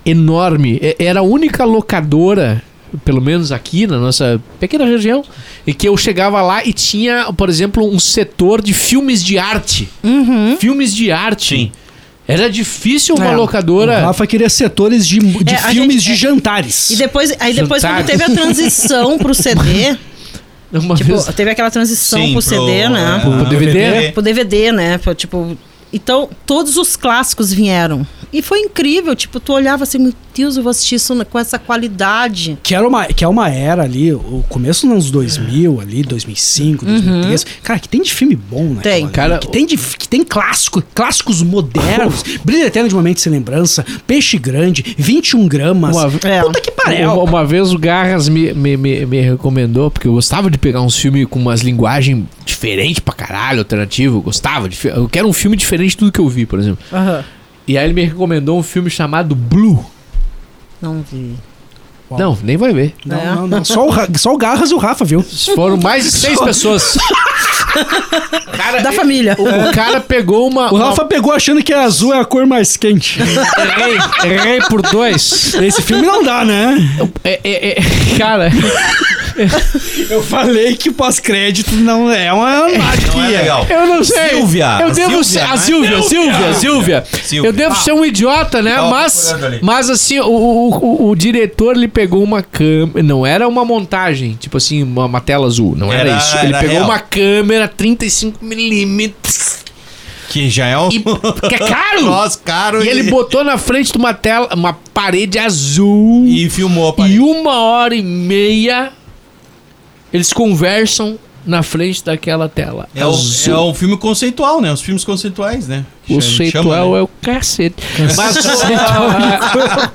B: enorme. E- Era a única locadora. Pelo menos aqui na nossa pequena região, e que eu chegava lá e tinha, por exemplo, um setor de filmes de arte. Filmes de arte.
D: Sim.
B: Era difícil uma
F: Uhum. É.
B: locadora.
F: O Rafa queria setores de, de
E: É, a
F: filmes de
E: gente-
F: jantares.
E: E depois, aí depois quando
B: Jantar.
E: teve a transição pro CD,
B: uma vez-
E: tipo, teve aquela transição
D: Sim,
E: pro, CD, né?
D: pro-
B: Pro DVD?
E: pro DVD, né? Pro, tipo, então todos os clássicos vieram. E foi incrível, tipo, tu olhava assim, meu Deus, eu vou assistir isso na- com essa qualidade.
F: Que, era uma, que é uma era ali, o começo dos anos 2000, ali, 2005, 2003. Cara, que tem de filme bom, né?
E: Tem.
B: Uhum. Cara,
F: que tem, de, que tem clássico, clássicos modernos. Brilho Eterno de Uma Mente Sem Lembrança, Peixe Grande, 21 Gramas.
B: Uma-
E: É.
F: Puta que pariu.
B: Uma, uma vez o Garras me, me, me, me recomendou, porque eu gostava de pegar uns filmes com umas linguagens diferentes pra caralho, alternativo. Eu gostava de. fi- Eu quero um filme diferente de tudo que eu vi, por exemplo. E aí ele me recomendou um filme chamado Blue.
E: Não vi.
F: Uau.
B: Não, nem vai ver.
F: Não, não, não. Só o, Ra- só o Garras e o Rafa, viu?
B: Foram mais de seis pessoas. Cara,
E: Da família.
B: É, o, o cara pegou uma.
F: O Rafa pegou achando que azul é a cor mais quente.
B: uma- errei, errei por dois.
F: Esse filme não dá, né?
B: É, é, é, cara,
F: Eu falei que o pós-crédito não é uma magia.
D: Não é legal.
B: eu não sei.
D: Silvia. né?
B: Eu devo ser. A Silvia, Silvia, Silvia.
D: Silvia.
B: Eu devo ser um idiota, né?
D: Tava
B: Mas,
D: procurando ali.
B: mas assim, o, o, o- o diretor ele pegou uma câmera. Não era uma montagem, tipo assim, uma, uma tela azul. Não era,
D: Era-
B: isso. Ele
D: era
B: pegou
D: real.
B: uma câmera 35mm.
D: Que já é um.
B: E, que é caro!
D: Nós, caro.
B: E ele botou na frente de uma tela, uma parede azul.
D: E filmou a
B: E uma hora e meia eles conversam na frente daquela tela.
D: É o,
B: azul.
D: é o filme conceitual, né? Os filmes conceituais, né?
B: O
D: Chama-
B: conceitual
D: chama, né?
B: é o cacete. ah,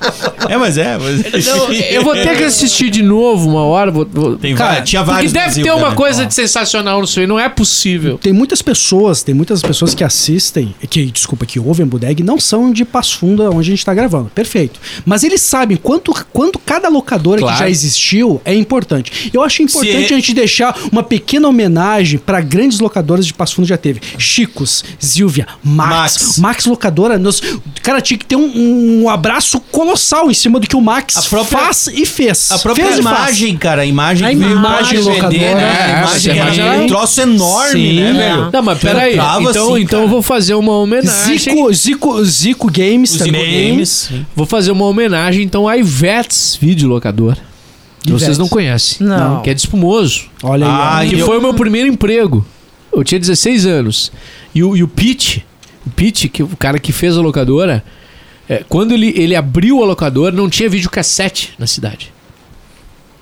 D: um é. mas é. Mas...
B: Não, eu vou ter que assistir de novo uma hora. Vou, vou...
D: Tem
B: Cara,
D: vários, tinha
B: porque
D: vários no
B: deve
D: Brasil, né?
B: ter uma
D: cara.
B: coisa de sensacional nisso aí. Não é possível.
F: Tem muitas pessoas, tem muitas pessoas que assistem, que, desculpa, que ouvem Budeg, não são de Passo Fundo, onde a gente tá gravando. Perfeito. Mas eles sabem quanto, quanto cada locadora
D: Claro.
F: que já existiu é importante. Eu acho importante
D: Se-
F: a gente deixar uma pequena homenagem para grandes locadoras de Passo Fundo já teve. Chicos, Silvia, Max.
D: Max.
F: Max, locadora, nós, cara, tinha que ter um, um abraço colossal em cima do que o Max
D: A própria-
F: faz e fez.
D: A própria
F: Fez e faz.
D: imagem, cara, a imagem
F: A
D: que veio pra
F: imagem
D: DVD,
F: locadora,
D: né?
B: é,
D: A imagem
B: essa
D: era
B: imagem-
D: um troço enorme, né, velho?
B: Não, mas peraí.
D: Entrava
B: Então,
D: assim,
B: então
D: cara.
B: eu vou fazer uma homenagem.
F: Zico, Zico, Zico Games
D: Os
F: também.
D: games.
B: Vou fazer uma homenagem, então, a Ivetes Videolocador. Que
F: Ivetes.
B: vocês não conhecem.
E: Não.
B: Que é de espumoso.
F: Olha aí.
D: Ah,
F: ó.
B: que
D: eu-
B: foi o meu primeiro emprego. Eu tinha 16 anos. E o, e o Pete, o Pete, que é o cara que fez a locadora, é, quando ele, ele abriu a locadora, não tinha videocassete na cidade.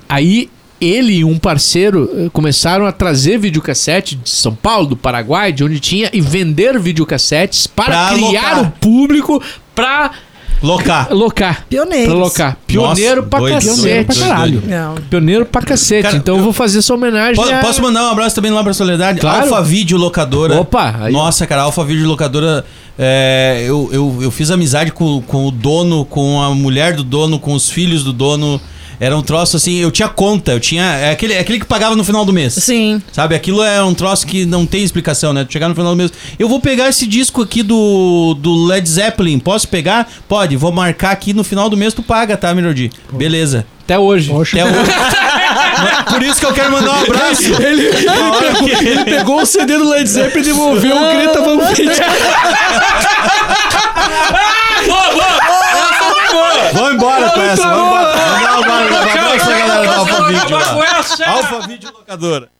B: Aí ele e um parceiro eh, começaram a trazer videocassete de São Paulo, do Paraguai, de onde tinha, e vender videocassetes para
D: Pra
B: criar
D: alocar.
B: o público para
D: Locar.
B: locar. Pra
E: Pioneiros.
B: locar. Pioneiro
D: Nossa,
B: pra
D: doido,
B: cacete.
D: doido,
B: Pioneiro pra,
D: doido,
F: caralho.
D: doido.
E: Não.
B: cacete.
D: Cara,
B: então eu vou fazer essa homenagem.
D: Po-
B: a-
D: Posso mandar um abraço também lá pra Soledade?
B: Claro.
D: Alfa Vídeo Locadora.
B: Opa, aí-
D: Nossa, cara, Alfa Vídeo Locadora. é, eu, eu, eu fiz amizade com, com o dono, com a mulher do dono, com os filhos do dono. Era um troço assim, eu tinha conta, eu tinha. É aquele, é aquele que pagava no final do mês.
E: Sim.
D: Sabe, aquilo é um troço que não tem explicação, né? Tu chegar no final do mês. Eu vou pegar esse disco aqui do, do Led Zeppelin. Posso pegar? Pode, vou marcar aqui no final do mês, tu paga, tá, Melody? Beleza.
B: Até hoje.
D: Até hoje. Mas Por isso que eu quero mandar um abraço. Ele,
F: Pegou o CD do Led Zeppelin e devolveu o um Greta Van Fleet.
D: Vamos embora com essa. Vamos embora. Vamos dar um abraço pra galera do Alfa Vídeo. lá. Alfa Vídeo Locadora.